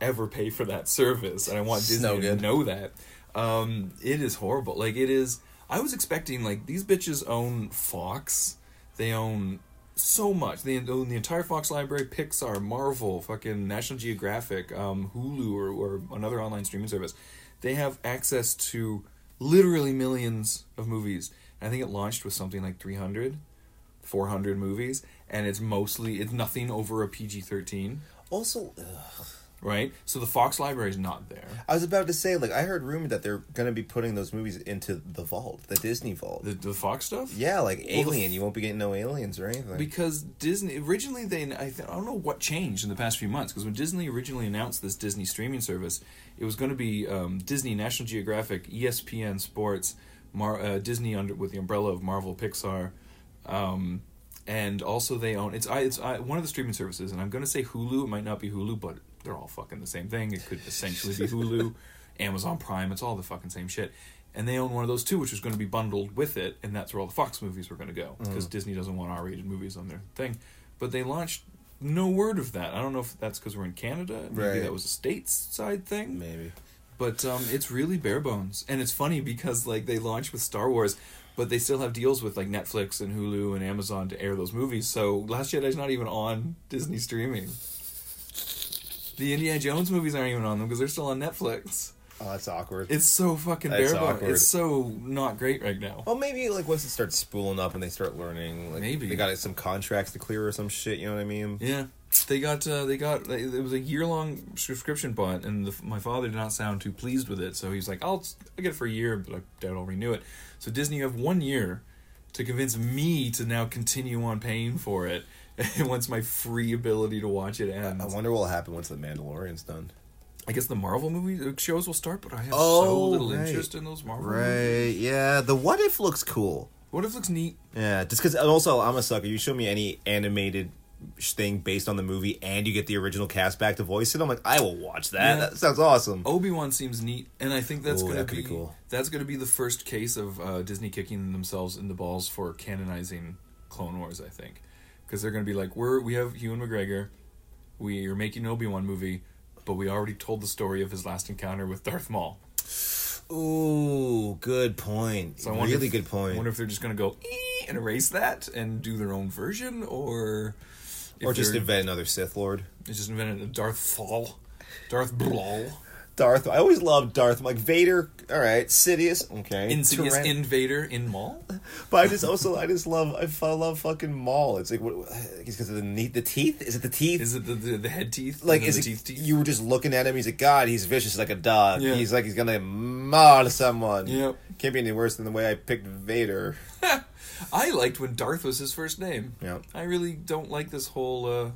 C: ever pay for that service, and I want
B: It's
C: Disney
B: no
C: to
B: good.
C: know that. Um, it is horrible. Like it is. I was expecting like these bitches own Fox. They own so much. They own the entire Fox library, Pixar, Marvel, fucking National Geographic, um, Hulu, or, or another online streaming service. They have access to literally millions of movies. And I think it launched with something like 300, 400 movies, and it's mostly it's nothing over a PG thirteen,
B: Also, ugh.
C: right? So the Fox library is not there.
B: I was about to say, like, I heard rumor that they're gonna be putting those movies into the vault, the Disney vault.
C: The, the Fox stuff,
B: yeah, like
C: Well, the
B: Alien, you won't be getting no aliens or anything.
C: because Disney originally they I, th- I don't know what changed in the past few months because when Disney originally announced this Disney streaming service, it was going to be um, Disney, National Geographic, E ESPN Sports, Mar- uh, Disney under with the umbrella of Marvel, Pixar, um, and also they own it's I it's I, one of the streaming services, and I'm going to say Hulu. It might not be Hulu, but they're all fucking the same thing. It could essentially be Hulu, Amazon Prime. It's all the fucking same shit. And they own one of those too, which was going to be bundled with it, and that's where all the Fox movies were going to go
B: Mm.
C: because Disney doesn't want R-rated movies on their thing. But they launched no word of that. I don't know if that's because we're in Canada. Maybe
B: Right.
C: that was a states side thing.
B: Maybe.
C: But um, it's really bare bones, and it's funny because like they launched with Star Wars, but they still have deals with like Netflix and Hulu and Amazon to air those movies. So Last Jedi's not even on Disney streaming. The Indiana Jones movies aren't even on them because they're still on Netflix.
B: Oh, that's awkward.
C: It's so fucking
B: That's
C: bare bones.
B: awkward.
C: It's so not great right now.
B: well, maybe like once it starts spooling up and they start learning, like,
C: Maybe.
B: they got some contracts to clear or some shit. You know what I mean?
C: Yeah, they got uh, they got they, it was a year long subscription bought, and the, my father did not sound too pleased with it. So he's like, "I'll I get it for a year, but I doubt I'll renew it." So Disney, you have one year to convince me to now continue on paying for it. once my free ability to watch it ends,
B: I wonder what'll happen once the Mandalorian's done.
C: I guess the Marvel movie uh, shows will start, but I have so
B: Oh,
C: little
B: right.
C: interest in those Marvel. Movies.
B: Right. Yeah. The what if looks cool.
C: What if it looks neat?
B: Yeah. Just because. Also, I'm a sucker. You show me any animated sh- thing based on the movie, and you get the original cast back to voice it. I'm like, I will watch that.
C: Yeah.
B: That sounds awesome.
C: Obi Wan seems neat, and I think that's
B: Ooh,
C: gonna
B: that could
C: be,
B: be cool.
C: that's gonna be the first case of uh, Disney kicking themselves in the balls for canonizing Clone Wars. I think because they're gonna be like, we're we have Ewan McGregor, we are making an Obi Wan movie, but we already told the story of his last encounter with Darth Maul.
B: Ooh, good point.
C: So I wonder
B: really
C: if-
B: good point.
C: I wonder if they're just gonna go "Ee," and erase that and do their own version, or if
B: or just
C: they're-
B: invent another Sith Lord.
C: just invent a Darth Fall, Darth Brawl,
B: Darth. I always loved Darth. I'm like Vader. All right, Sidious. Okay,
C: insidious
B: Tyrann-
C: invader in Maul.
B: But I just also I just love I f- I love fucking Maul. It's like what because of the ne- the teeth. Is it the teeth?
C: Is it the the, the head teeth?
B: like
C: And then
B: is
C: the
B: it,
C: teeth teeth?
B: you were just looking at him. He's like God. He's vicious like a dog.
C: Yeah.
B: He's like he's gonna maul someone.
C: Yep.
B: Can't be any worse than the way I picked Vader.
C: I liked when Darth was his first name.
B: Yeah.
C: I really don't like this whole uh,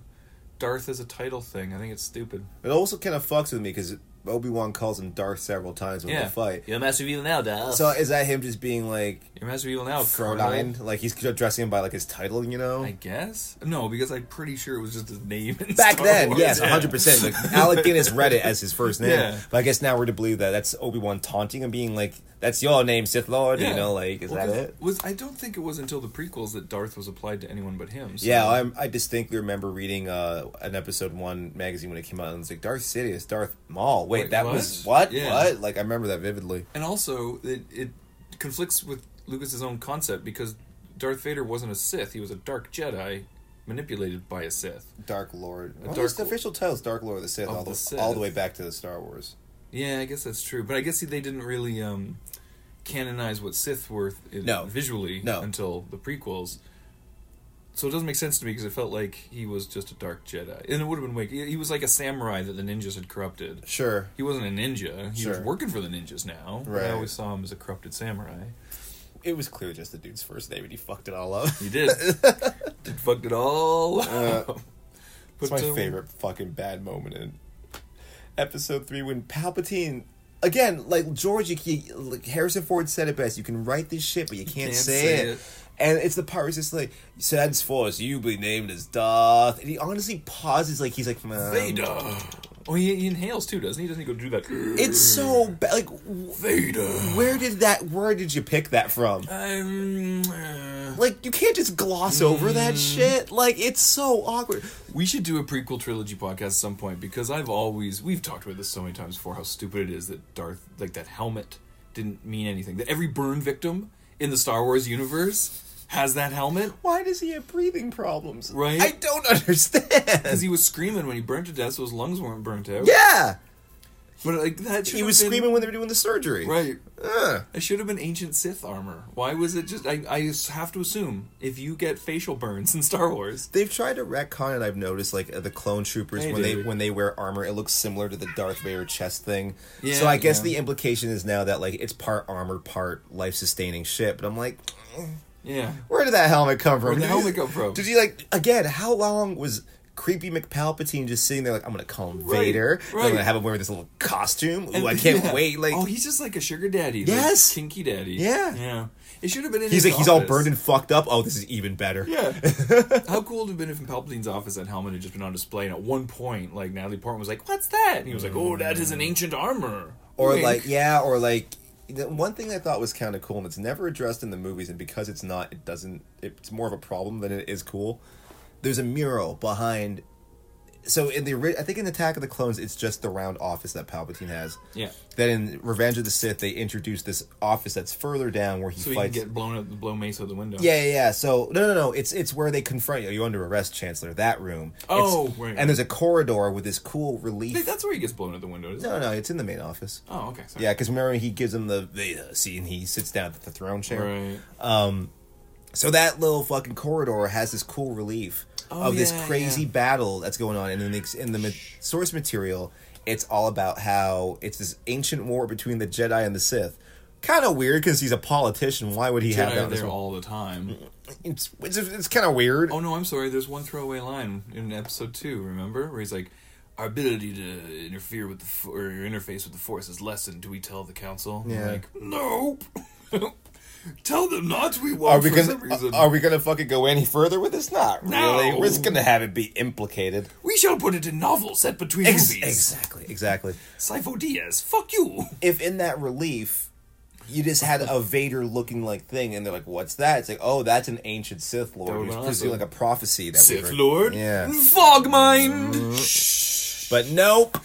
C: Darth as a title thing. I think it's stupid.
B: It also kind of fucks with me because Obi Wan calls him Darth several times when
C: yeah.
B: they fight.
C: You're the master of evil now, Darth.
B: So uh, is that him just being like
C: You're the master of evil now, Colonel.
B: Frodine? Like he's addressing him by like his title, you know?
C: I guess no, because I'm pretty sure it was just his name. In
B: Back
C: Star
B: then,
C: Wars.
B: yes,
C: Yeah.
B: 100%. Like, Alec Guinness read it as his first name.
C: Yeah.
B: But I guess now we're to believe that that's Obi Wan taunting and being like, that's your name, Sith Lord,
C: Yeah.
B: you know? Like, is
C: Well,
B: that
C: 'cause
B: it?
C: Was I don't think it was until the prequels that Darth was applied to anyone but him. so-
B: Yeah, I'm, I distinctly remember reading uh, an episode one magazine when it came out, and it's like Darth Sidious, Darth Maul. Wait,
C: Wait,
B: that
C: what?
B: was what?
C: Yeah.
B: What? Like I remember that vividly.
C: And also, it, it conflicts with Lucas's own concept because Darth Vader wasn't a Sith; he was a Dark Jedi, manipulated by a Sith.
B: Dark Lord. Well,
C: Dark
B: his official title is Dark Lord of the Sith,
C: Of
B: all
C: the
B: the,
C: Sith.
B: all the way back to the Star Wars.
C: Yeah, I guess that's true. But I guess they didn't really um, canonize what Sith were th-
B: No.
C: visually
B: No.
C: until the prequels. So it doesn't make sense to me because it felt like he was just a dark Jedi, and it would have been way. He he was like a samurai that the ninjas had corrupted.
B: Sure.
C: He wasn't a ninja. He was
B: Sure.
C: working for the ninjas now. but I
B: Right.
C: always saw him as a corrupted samurai.
B: It was clearly just the dude's first name, and he fucked it all up.
C: He did. Did fucked it all. up.
B: Uh, It's
C: But,
B: my
C: um,
B: favorite fucking bad moment in episode three when Palpatine again, like George, you, you, like Harrison Ford said it best. You can write this shit, but you can't,
C: can't
B: say,
C: say
B: it.
C: it.
B: And it's the part where it's just like, since force, you be named as Darth. And he honestly pauses, like he's like, um,
C: Vader. Oh, he, he inhales too, doesn't he? Doesn't he go do that?
B: It's so bad. Like, w-
C: Vader.
B: where did that? Where did you pick that from?
C: Um, uh,
B: Like, you can't just gloss over that shit. Like, it's so awkward.
C: we should do a prequel trilogy podcast at some point because I've always we've talked about this so many times before how stupid it is that Darth like that helmet didn't mean anything. That every burn victim in the Star Wars universe has that helmet
B: Why does he have breathing problems?
C: Right?
B: I don't understand.
C: because he was screaming when he burned to death, so his lungs weren't burnt out.
B: Yeah.
C: but like that should
B: He
C: have
B: was
C: been-
B: screaming when they were doing the surgery.
C: right.
B: Ugh.
C: It should have been ancient Sith armor. Why was it just? I, I s- have to assume if you get facial burns in Star Wars,
B: They've tried to retcon it. I've noticed, like uh, the clone troopers
C: They
B: when they
C: do.
B: when they wear armor, it looks similar to the Darth Vader chest thing.
C: Yeah,
B: so I guess
C: yeah.
B: the implication is now that like it's part armor, part life sustaining shit. But I'm like,
C: yeah,
B: where did that helmet come from?
C: Where'd the
B: Did
C: helmet
B: he-
C: come from?
B: Did you like again? How long was creepy McPalpatine just sitting there like I'm gonna call him
C: Right,
B: Vader?
C: right.
B: I'm gonna have him wear this little costume. Ooh,
C: And-
B: I can't
C: yeah.
B: wait. Like
C: oh, he's just like a sugar daddy. like
B: Yes.
C: kinky daddy.
B: Yeah.
C: yeah. It should have been. In
B: he's
C: his
B: like he's all
C: office.
B: burned and fucked up. Oh, this is even better.
C: Yeah. How cool would it have been if in Palpatine's office that helmet had just been on display, and at one point, like Natalie Portman was like, "What's that?" And he was like, "Oh, that is an ancient armor."
B: or
C: Wink.
B: like yeah or like the one thing i thought was kind of cool and it's never addressed in the movies and because it's not it doesn't it's more of a problem than it is cool there's a mural behind so in the ori- I think in Attack of the Clones, it's just the round office that Palpatine has.
D: Yeah.
B: Then in Revenge of the Sith, they introduce this office that's further down where he
C: So he can
B: fights.
C: get blown up, blow Mace out the window.
B: Yeah, yeah, yeah. So no, no, no. It's it's where they confront you. You're under arrest, Chancellor. That room. It's-
C: Oh, right.
B: And there's a corridor with this cool
C: I think
B: relief.
C: that's where he gets blown out the window. Isn't
B: No, no, it's in the main office.
C: it? Oh, okay. Sorry.
B: Yeah, because remember he gives him the, the uh, see, and he sits down at the throne chair.
C: Right.
B: So that little fucking corridor has this cool relief
C: Oh,
B: of this
C: yeah,
B: crazy
C: yeah.
B: battle that's going on, and in the, in the ma- source material, it's all about how it's this ancient war between the Jedi and the Sith. Kind of weird because he's a politician. Why would he have
C: Jedi
B: that?
C: are
B: on this
C: there
B: one?
C: all the time.
B: It's it's, it's kind of weird.
C: Oh no, I'm sorry. There's one throwaway line in episode two. Remember where he's like, "Our ability to interfere with the f- or interface with the Force is lessened. Do we tell the Council?"
B: Yeah.
C: Like, nope. tell them not. We won't
B: Are we
C: for some
B: gonna
C: reason.
B: are we gonna fucking go any further with this? Not
C: No.
B: really. We're just gonna have it be implicated.
C: We shall put it in novel set between movies.
B: exactly, exactly.
C: Sifo Diaz, fuck you.
B: If in that relief, you just had a Vader looking like thing, and they're like, "What's that?" It's like, "Oh, that's an ancient Sith
C: That
B: Lord
C: would've
B: who's
C: been
B: pursuing
C: awesome.
B: like a prophecy." That we
C: Sith
B: heard."
C: Lord.
B: Yeah. Mm-hmm.
C: Fog mine.
B: But nope,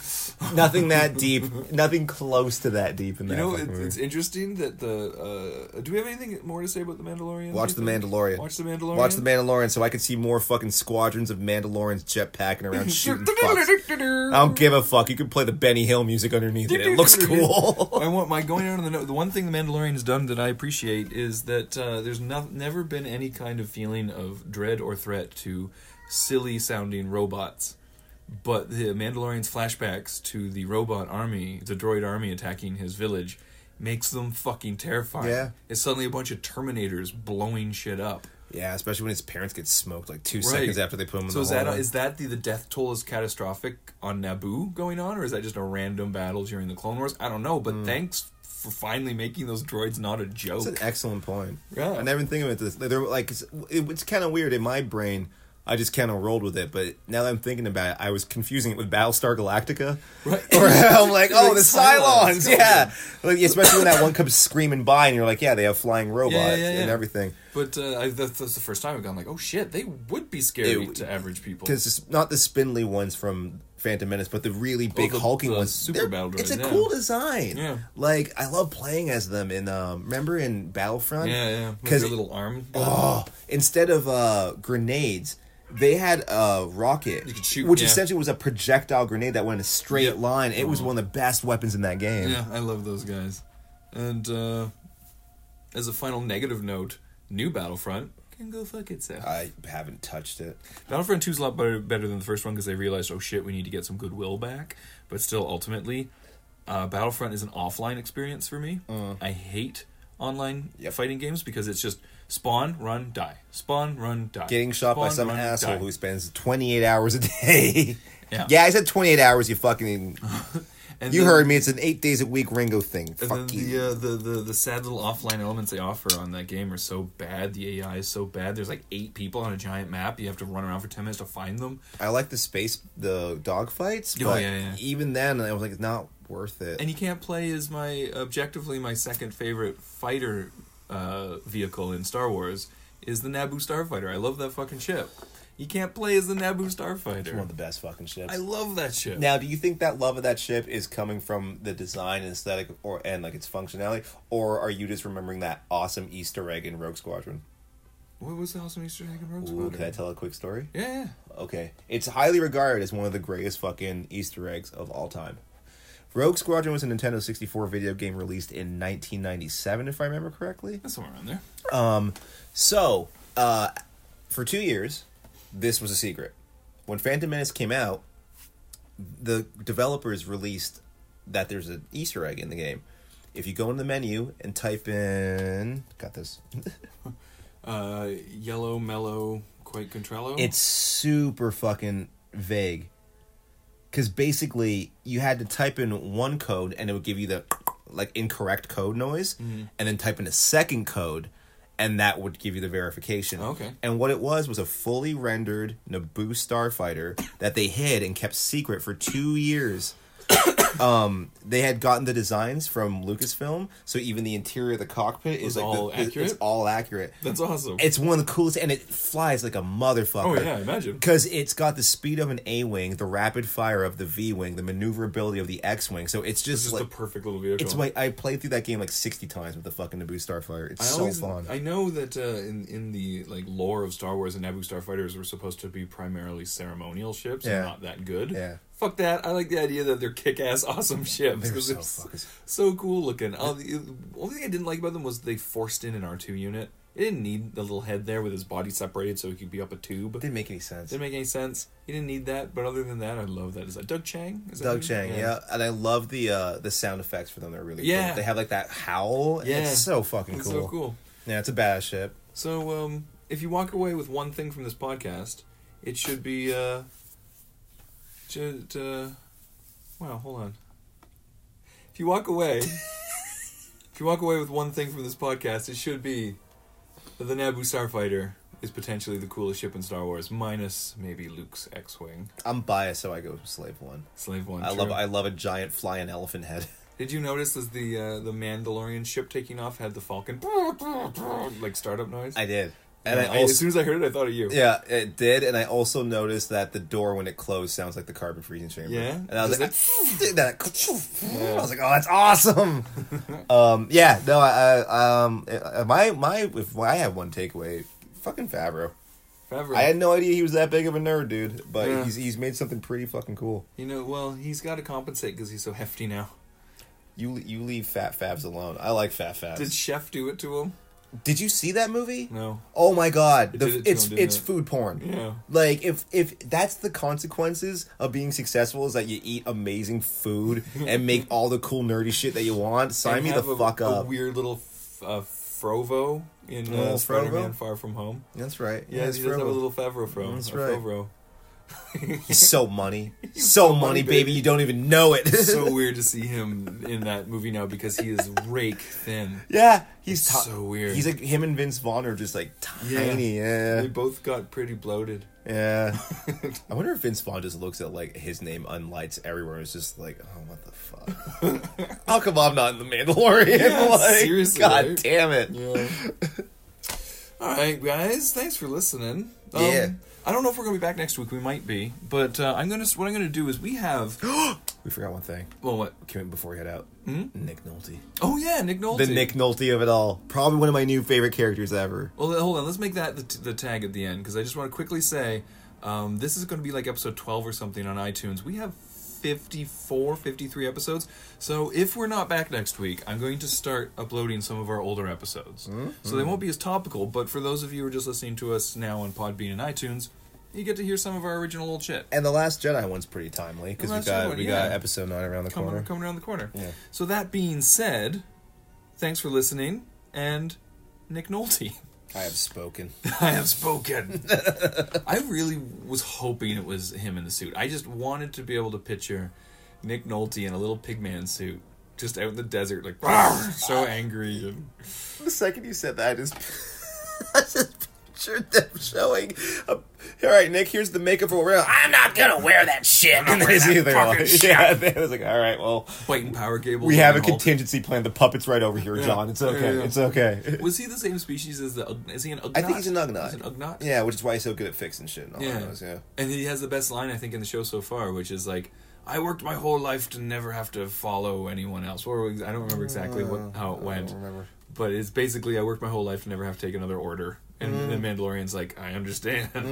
B: nothing that deep, nothing close to that deep in that.
C: You know,
B: fucking
C: it,
B: movie.
C: it's interesting that the. Uh, do we have anything more to say about the Mandalorian?
B: Watch the
C: do you think?
B: Mandalorian.
C: Watch the Mandalorian.
B: Watch the Mandalorian, so I can see more fucking squadrons of Mandalorians jetpacking around shooting fucks. I don't give a fuck. You can play the Benny Hill music underneath it. It looks cool.
C: I want my going on the note. The one thing the Mandalorian has done that I appreciate is that uh, there's no, never been any kind of feeling of dread or threat to silly sounding robots. But the Mandalorian's flashbacks to the robot army, the droid army attacking his village, makes them fucking terrifying.
B: Yeah.
C: It's suddenly a bunch of Terminators blowing shit up.
B: yeah, especially when his parents get smoked like two
C: Right.
B: seconds after they put him in
C: so
B: the
C: is that
B: hallway.
C: is that the, the death toll is catastrophic on Naboo going on, or is that just a random battle during the Clone Wars? I don't know,
B: Hmm.
C: but thanks for finally making those droids not a joke.
B: That's an excellent point.
C: Yeah.
B: I never think of it this. They're like it's, it, it's kind of weird in my brain. I just kind of rolled with it, but now that I'm thinking about it, I was confusing it with Battlestar Galactica. Right. Or I'm like, oh,
C: Like
B: the
C: Cylons, Oh,
B: Cylons, yeah. Like, especially when that one comes screaming by, and you're like, yeah, they have flying robots
C: yeah,
B: and
C: yeah.
B: everything.
C: but uh, I, that's, that's the first time I've gone like, oh shit, they would be scary
B: It-
C: to average people.
B: because it's not the spindly ones from Phantom Menace, but the really big
C: Oh, the-
B: hulking
C: the
B: ones.
C: super
B: They're-
C: battle droids,
B: It's a
C: yeah.
B: cool design.
C: Yeah.
B: Like I love playing as them in um, remember in Battlefront.
C: Yeah, yeah, with
B: Because
C: their little arm.
B: oh, instead of uh, grenades. They had a rocket,
C: could shoot,
B: which
C: yeah.
B: essentially was a projectile grenade that went in a straight
C: Yep. Mm-hmm.
B: line. It was one of the best weapons in that game.
C: Yeah, I love those guys. And uh, as a final negative note, new Battlefront can go fuck itself.
B: I haven't touched it.
C: Battlefront 2 is a lot better, better than the first one because they realized, oh shit, we need to get some goodwill back. But still, ultimately, uh, Battlefront is an offline experience for me. I hate online
B: Uh. Yep.
C: fighting games because it's just spawn, run, die. Spawn, run, die.
B: Getting shot by
C: Spawn,
B: some
C: run,
B: asshole
C: die.
B: who spends 28 hours a day.
C: Yeah.
B: I said 28 hours, you fucking.
C: And
B: you
C: then-
B: heard me. It's an eight days a week Ringo thing.
C: And
B: Fuck
C: then
B: you.
C: The, uh, the, the, the sad little offline elements they offer on that game are so bad. The AI is so bad. There's like eight people on a giant map. You have to run around for 10 minutes to find them.
B: I like the space, the dog fights,
C: Oh,
B: but
C: yeah, yeah.
B: even then, I was like, it's not worth it.
C: and you can't play as my objectively my second favorite fighter uh, vehicle in Star Wars is the Naboo Starfighter. I love that fucking ship. You can't play as the Naboo
B: it's one of
C: Starfighter.
B: the best fucking ships.
C: I love that ship.
B: now, do you think that love of that ship is coming from the design and aesthetic, or and like its functionality, or are you just remembering that awesome Easter egg in Rogue Squadron?
C: what was the awesome Easter egg in Rogue
B: Ooh,
C: Squadron?
B: can I tell a quick story?
C: Yeah, yeah.
B: Okay. It's highly regarded as one of the greatest fucking Easter eggs of all time. Rogue Squadron was a Nintendo 64 video game released in 1997, if I remember correctly.
C: that's somewhere around there.
B: So, uh, for two years, this was a secret. When Phantom Menace came out, the developers released that there's an Easter egg in the game. If you go in the menu and type in, got this,
C: Uh, yellow, mellow, quite contrallo.
B: It's super fucking vague. Because basically, you had to type in one code and it would give you the like incorrect code noise,
C: Mm-hmm.
B: and then type in a second code, and that would give you the verification.
C: Okay.
B: And what it was was a fully rendered Naboo starfighter that they hid and kept secret for two years. um, they had gotten the designs from Lucasfilm, so even the interior of the cockpit is
C: Was
B: like the-
C: all
B: it-
C: accurate?
B: It's all accurate.
C: That's awesome.
B: It's one of the coolest, and it flies like a motherfucker.
C: Oh, yeah, I imagine.
B: Because it's got the speed of an A wing, the rapid fire of the V wing, the maneuverability of the X wing. So it's
C: This
B: just
C: is
B: like
C: the perfect little vehicle.
B: it's like I played through that game like sixty times with the fucking Naboo Starfighter. It's
C: I
B: so
C: always-
B: fun.
C: I know that uh, in in the like lore of Star Wars, the Naboo starfighters were supposed to be primarily ceremonial ships
B: Yeah.
C: and not that good.
B: Yeah.
C: Fuck that! I like the idea that they're kick-ass, awesome ships.
B: They're
C: 'cause
B: so
C: they're s-
B: fucking-
C: so cool looking. Uh, the only thing I didn't like about them was they forced in an R two unit. It didn't need the little head there with his body separated so he could be up a tube.
B: didn't make any sense.
C: Didn't make any sense. He didn't need that. But other than that, I love that. Is that Doug Chang? Is that
B: Doug
C: who?
B: Chang, yeah. and I love the uh the sound effects for them. They're really
C: Yeah.
B: cool. They have like that howl. Yeah,
C: Yeah.
B: it's so fucking
C: It's
B: cool.
C: so cool.
B: Yeah, it's a badass ship.
C: So, um, if you walk away with one thing from this podcast, it should be, uh, should, uh, wow, hold on. If you walk away, if you walk away with one thing from this podcast, it should be that the Naboo Starfighter is potentially the coolest ship in Star Wars, minus maybe Luke's X-Wing,
B: I'm biased, so I go Slave One.
C: Slave One.
B: I
C: true.
B: love I love a giant flying elephant head.
C: Did you notice as the uh, the Mandalorian ship taking off had the Falcon like startup noise?
B: I did, and
C: Yeah,
B: I
C: as
B: also
C: soon as I heard it, I thought of you.
B: yeah it did, and I also noticed that the door when it closed sounds like the carbon freezing chamber.
C: Yeah?
B: and I was
C: Does
B: like, "Dude, that, I was like, oh, that's awesome. um, yeah, no, I, I um, uh, my my if I have one takeaway, fucking Favreau.
C: Forever.
B: I had no idea he was that big of a nerd, dude. But
C: Yeah.
B: he's he's made something pretty fucking cool.
C: You know, well, he's got to compensate because he's so hefty now.
B: You you leave Fat Fabs alone. I like Fat Fabs.
C: Did
B: Did,
C: Chef do it to him?
B: you see that movie?
C: No.
B: Oh my god,
C: It
B: the,
C: did it to
B: it's
C: him, didn't
B: it's
C: it?
B: food porn.
C: Yeah.
B: Like if if that's the consequences of being successful is that you eat amazing food and make all the cool nerdy shit that you want, sign
C: And
B: me the
C: have a,
B: fuck
C: a
B: up.
C: weird little f- uh, Frovo in
B: Little
C: uh,
B: Frovo?
C: Spider-Man Far From Home.
B: That's right.
C: Yeah,
B: it's
C: he does have a
B: Frobo.
C: little Favreau fro.
B: That's
C: a
B: right.
C: Frovro.
B: He's so money, so money, baby. You don't even know it.
C: so weird to see him in that movie now because he is rake thin.
B: yeah, he's
C: It's
B: ti-
C: so weird.
B: He's like him and Vince Vaughn are just like tiny. Yeah,
C: They both got pretty bloated.
B: Yeah. I wonder if Vince Vaughn just looks at like his name unlights everywhere and is just like, oh, what the fuck? How come I'm not in the Mandalorian?
C: Yeah,
B: like,
C: seriously,
B: God
C: right?
B: damn it.
C: Yeah. All right, guys. Thanks for listening. Um,
B: Yeah.
C: I don't know if we're gonna be back next week. We might be, but uh, I'm gonna. What I'm gonna do is we have.
B: We forgot one thing.
C: well, what?
B: Came in before we head out.
C: Hmm?
B: Nick Nolte.
C: Oh yeah, Nick Nolte.
B: The Nick Nolte of it all. Probably one of my new favorite characters ever.
C: Well, hold on. Let's make that the, the tag at the end because I just want to quickly say um, this is going to be like episode 12 or something on iTunes. We have 54, 53 episodes. So if we're not back next week, I'm going to start uploading some of our older episodes. So
B: Mm-hmm.
C: they won't be as topical, but for those of you who are just listening to us now on Podbean and iTunes, you get to hear some of our original old shit.
B: And the Last Jedi one's pretty timely because
C: The
B: we
C: Last
B: got
C: Jedi,
B: we
C: yeah.
B: got episode nine around the corner.
C: Coming, coming around the corner.
B: Yeah.
C: So that being said, thanks for listening and Nick Nolte.
B: I have spoken.
C: I have spoken. I really was hoping it was him in the suit. I just wanted to be able to picture Nick Nolte in a little pigman suit, just out in the desert, like "Rawr," so angry. And
B: The second you said that, I just, I just pictured them showing. A, all right, Nick, here's the makeup for real. I'm not gonna wear that shit. And they see they're like, yeah, they was like, all right, well,
C: biting power cables.
B: we
C: down
B: have a
C: the hall.
B: contingency plan. The puppet's right over here, John. It's okay.
C: yeah.
B: It's okay.
C: Was he the same species as the? Ugg- Is he an Ugnaught?
B: I think he's an Ugnaught.
C: He's an Ugnaught.
B: Yeah, which is why he's so good at fixing shit. And all
C: Yeah.
B: that knows, yeah.
C: And he has the best line I think in the show so far, which is like, "I worked my whole life to never have to follow anyone else." Or I don't remember exactly what how it went.
B: Uh, remember.
C: But it's basically, I worked my whole life to never have to take another order. And
B: Mm.
C: the Mandalorian's like, I understand. that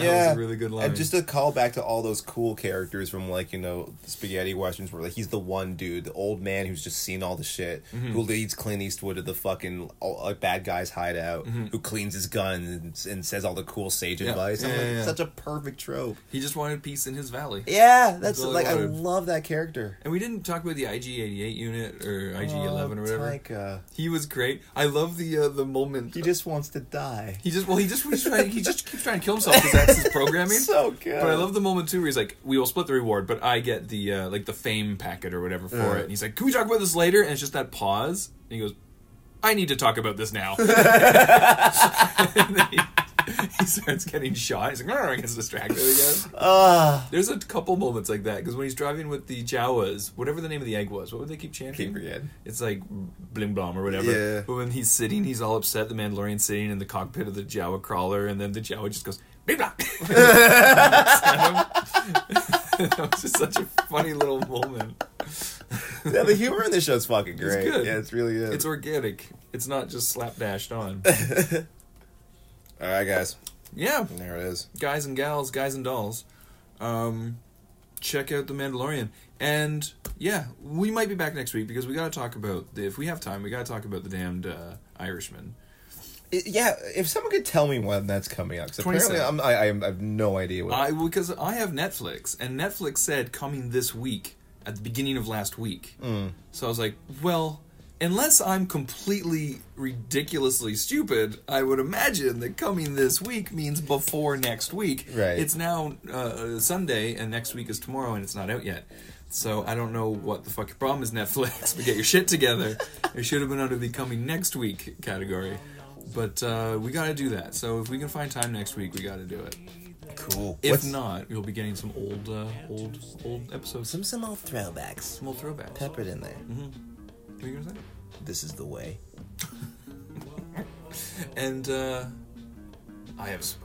B: yeah,
C: was a really good line.
B: And just a call back to all those cool characters from like you know spaghetti westerns, where like he's the one dude, the old man who's just seen all the shit,
C: Mm-hmm.
B: who leads Clint Eastwood to the fucking all, uh, bad guys hideout, who cleans his gun and, and says all the cool sage
C: Mm-hmm. Yeah.
B: advice. I'm
C: Yeah,
B: like,
C: yeah, yeah.
B: Such a perfect trope.
C: he just wanted peace in his valley.
B: Yeah, that's
C: all I
B: like I
C: wanted.
B: love that character.
C: And we didn't talk about the IG-88 unit or
B: Oh,
C: IG-11 or whatever. Uh,
B: Taika.
C: He was great. I love the uh, the moment.
B: He just wants to die.
C: He just well, he just was trying, he just keeps trying to kill himself because that's his programming.
B: so good.
C: But I love the moment too where he's like, "We will split the reward, but I get the uh, like the fame packet or whatever for
B: Yeah.
C: it." And he's like, "Can we talk about this later?" And it's just that pause, and he goes, "I need to talk about this now." and then he, he starts getting shot. He's like, "Grr," and gets distracted again.
B: Ah.
C: There's a couple moments like that because when he's driving with the Jawas, whatever the name of the egg was, what would they keep chanting?
B: Keep forgetting.
C: It's like blim blom or whatever.
B: Yeah.
C: But when he's sitting, he's all upset. The Mandalorian's sitting in the cockpit of the Jawa crawler, and then the Jawa just goes blim blom. that was just such a funny little moment.
B: yeah, the humor in this show's fucking great.
C: good.
B: Yeah, it's really is.
C: It's organic. It's not just slapdashed on.
B: All right, guys.
C: yeah.
B: There it is.
C: guys and gals, guys and dolls, um, check out The Mandalorian. And yeah, we might be back next week because we got to talk about the, if we have time, we got to talk about the damned uh, Irishman.
B: It- yeah, if someone could tell me when that's coming out, because apparently
C: 27.
B: I'm, I, I have no idea. What
C: I because I have Netflix and Netflix said coming this week at the beginning of last week. So I was like, well, unless I'm completely ridiculously stupid, I would imagine that coming this week means before next week.
B: Right.
C: It's now uh, Sunday and next week is tomorrow and it's not out yet. So I don't know what the fuck your problem is, Netflix. But get your shit together. it should have been under the coming next week category. But uh, we got to do that. So if we can find time next week, we got to do it.
B: cool.
C: If
B: What's-
C: not, you'll be getting some old, uh, old, old episodes, some
B: some some old throwbacks
C: small throwbacks. What
B: peppered in there.
C: Mm-hmm. are you gonna
B: This is the way.
C: say? And uh, I have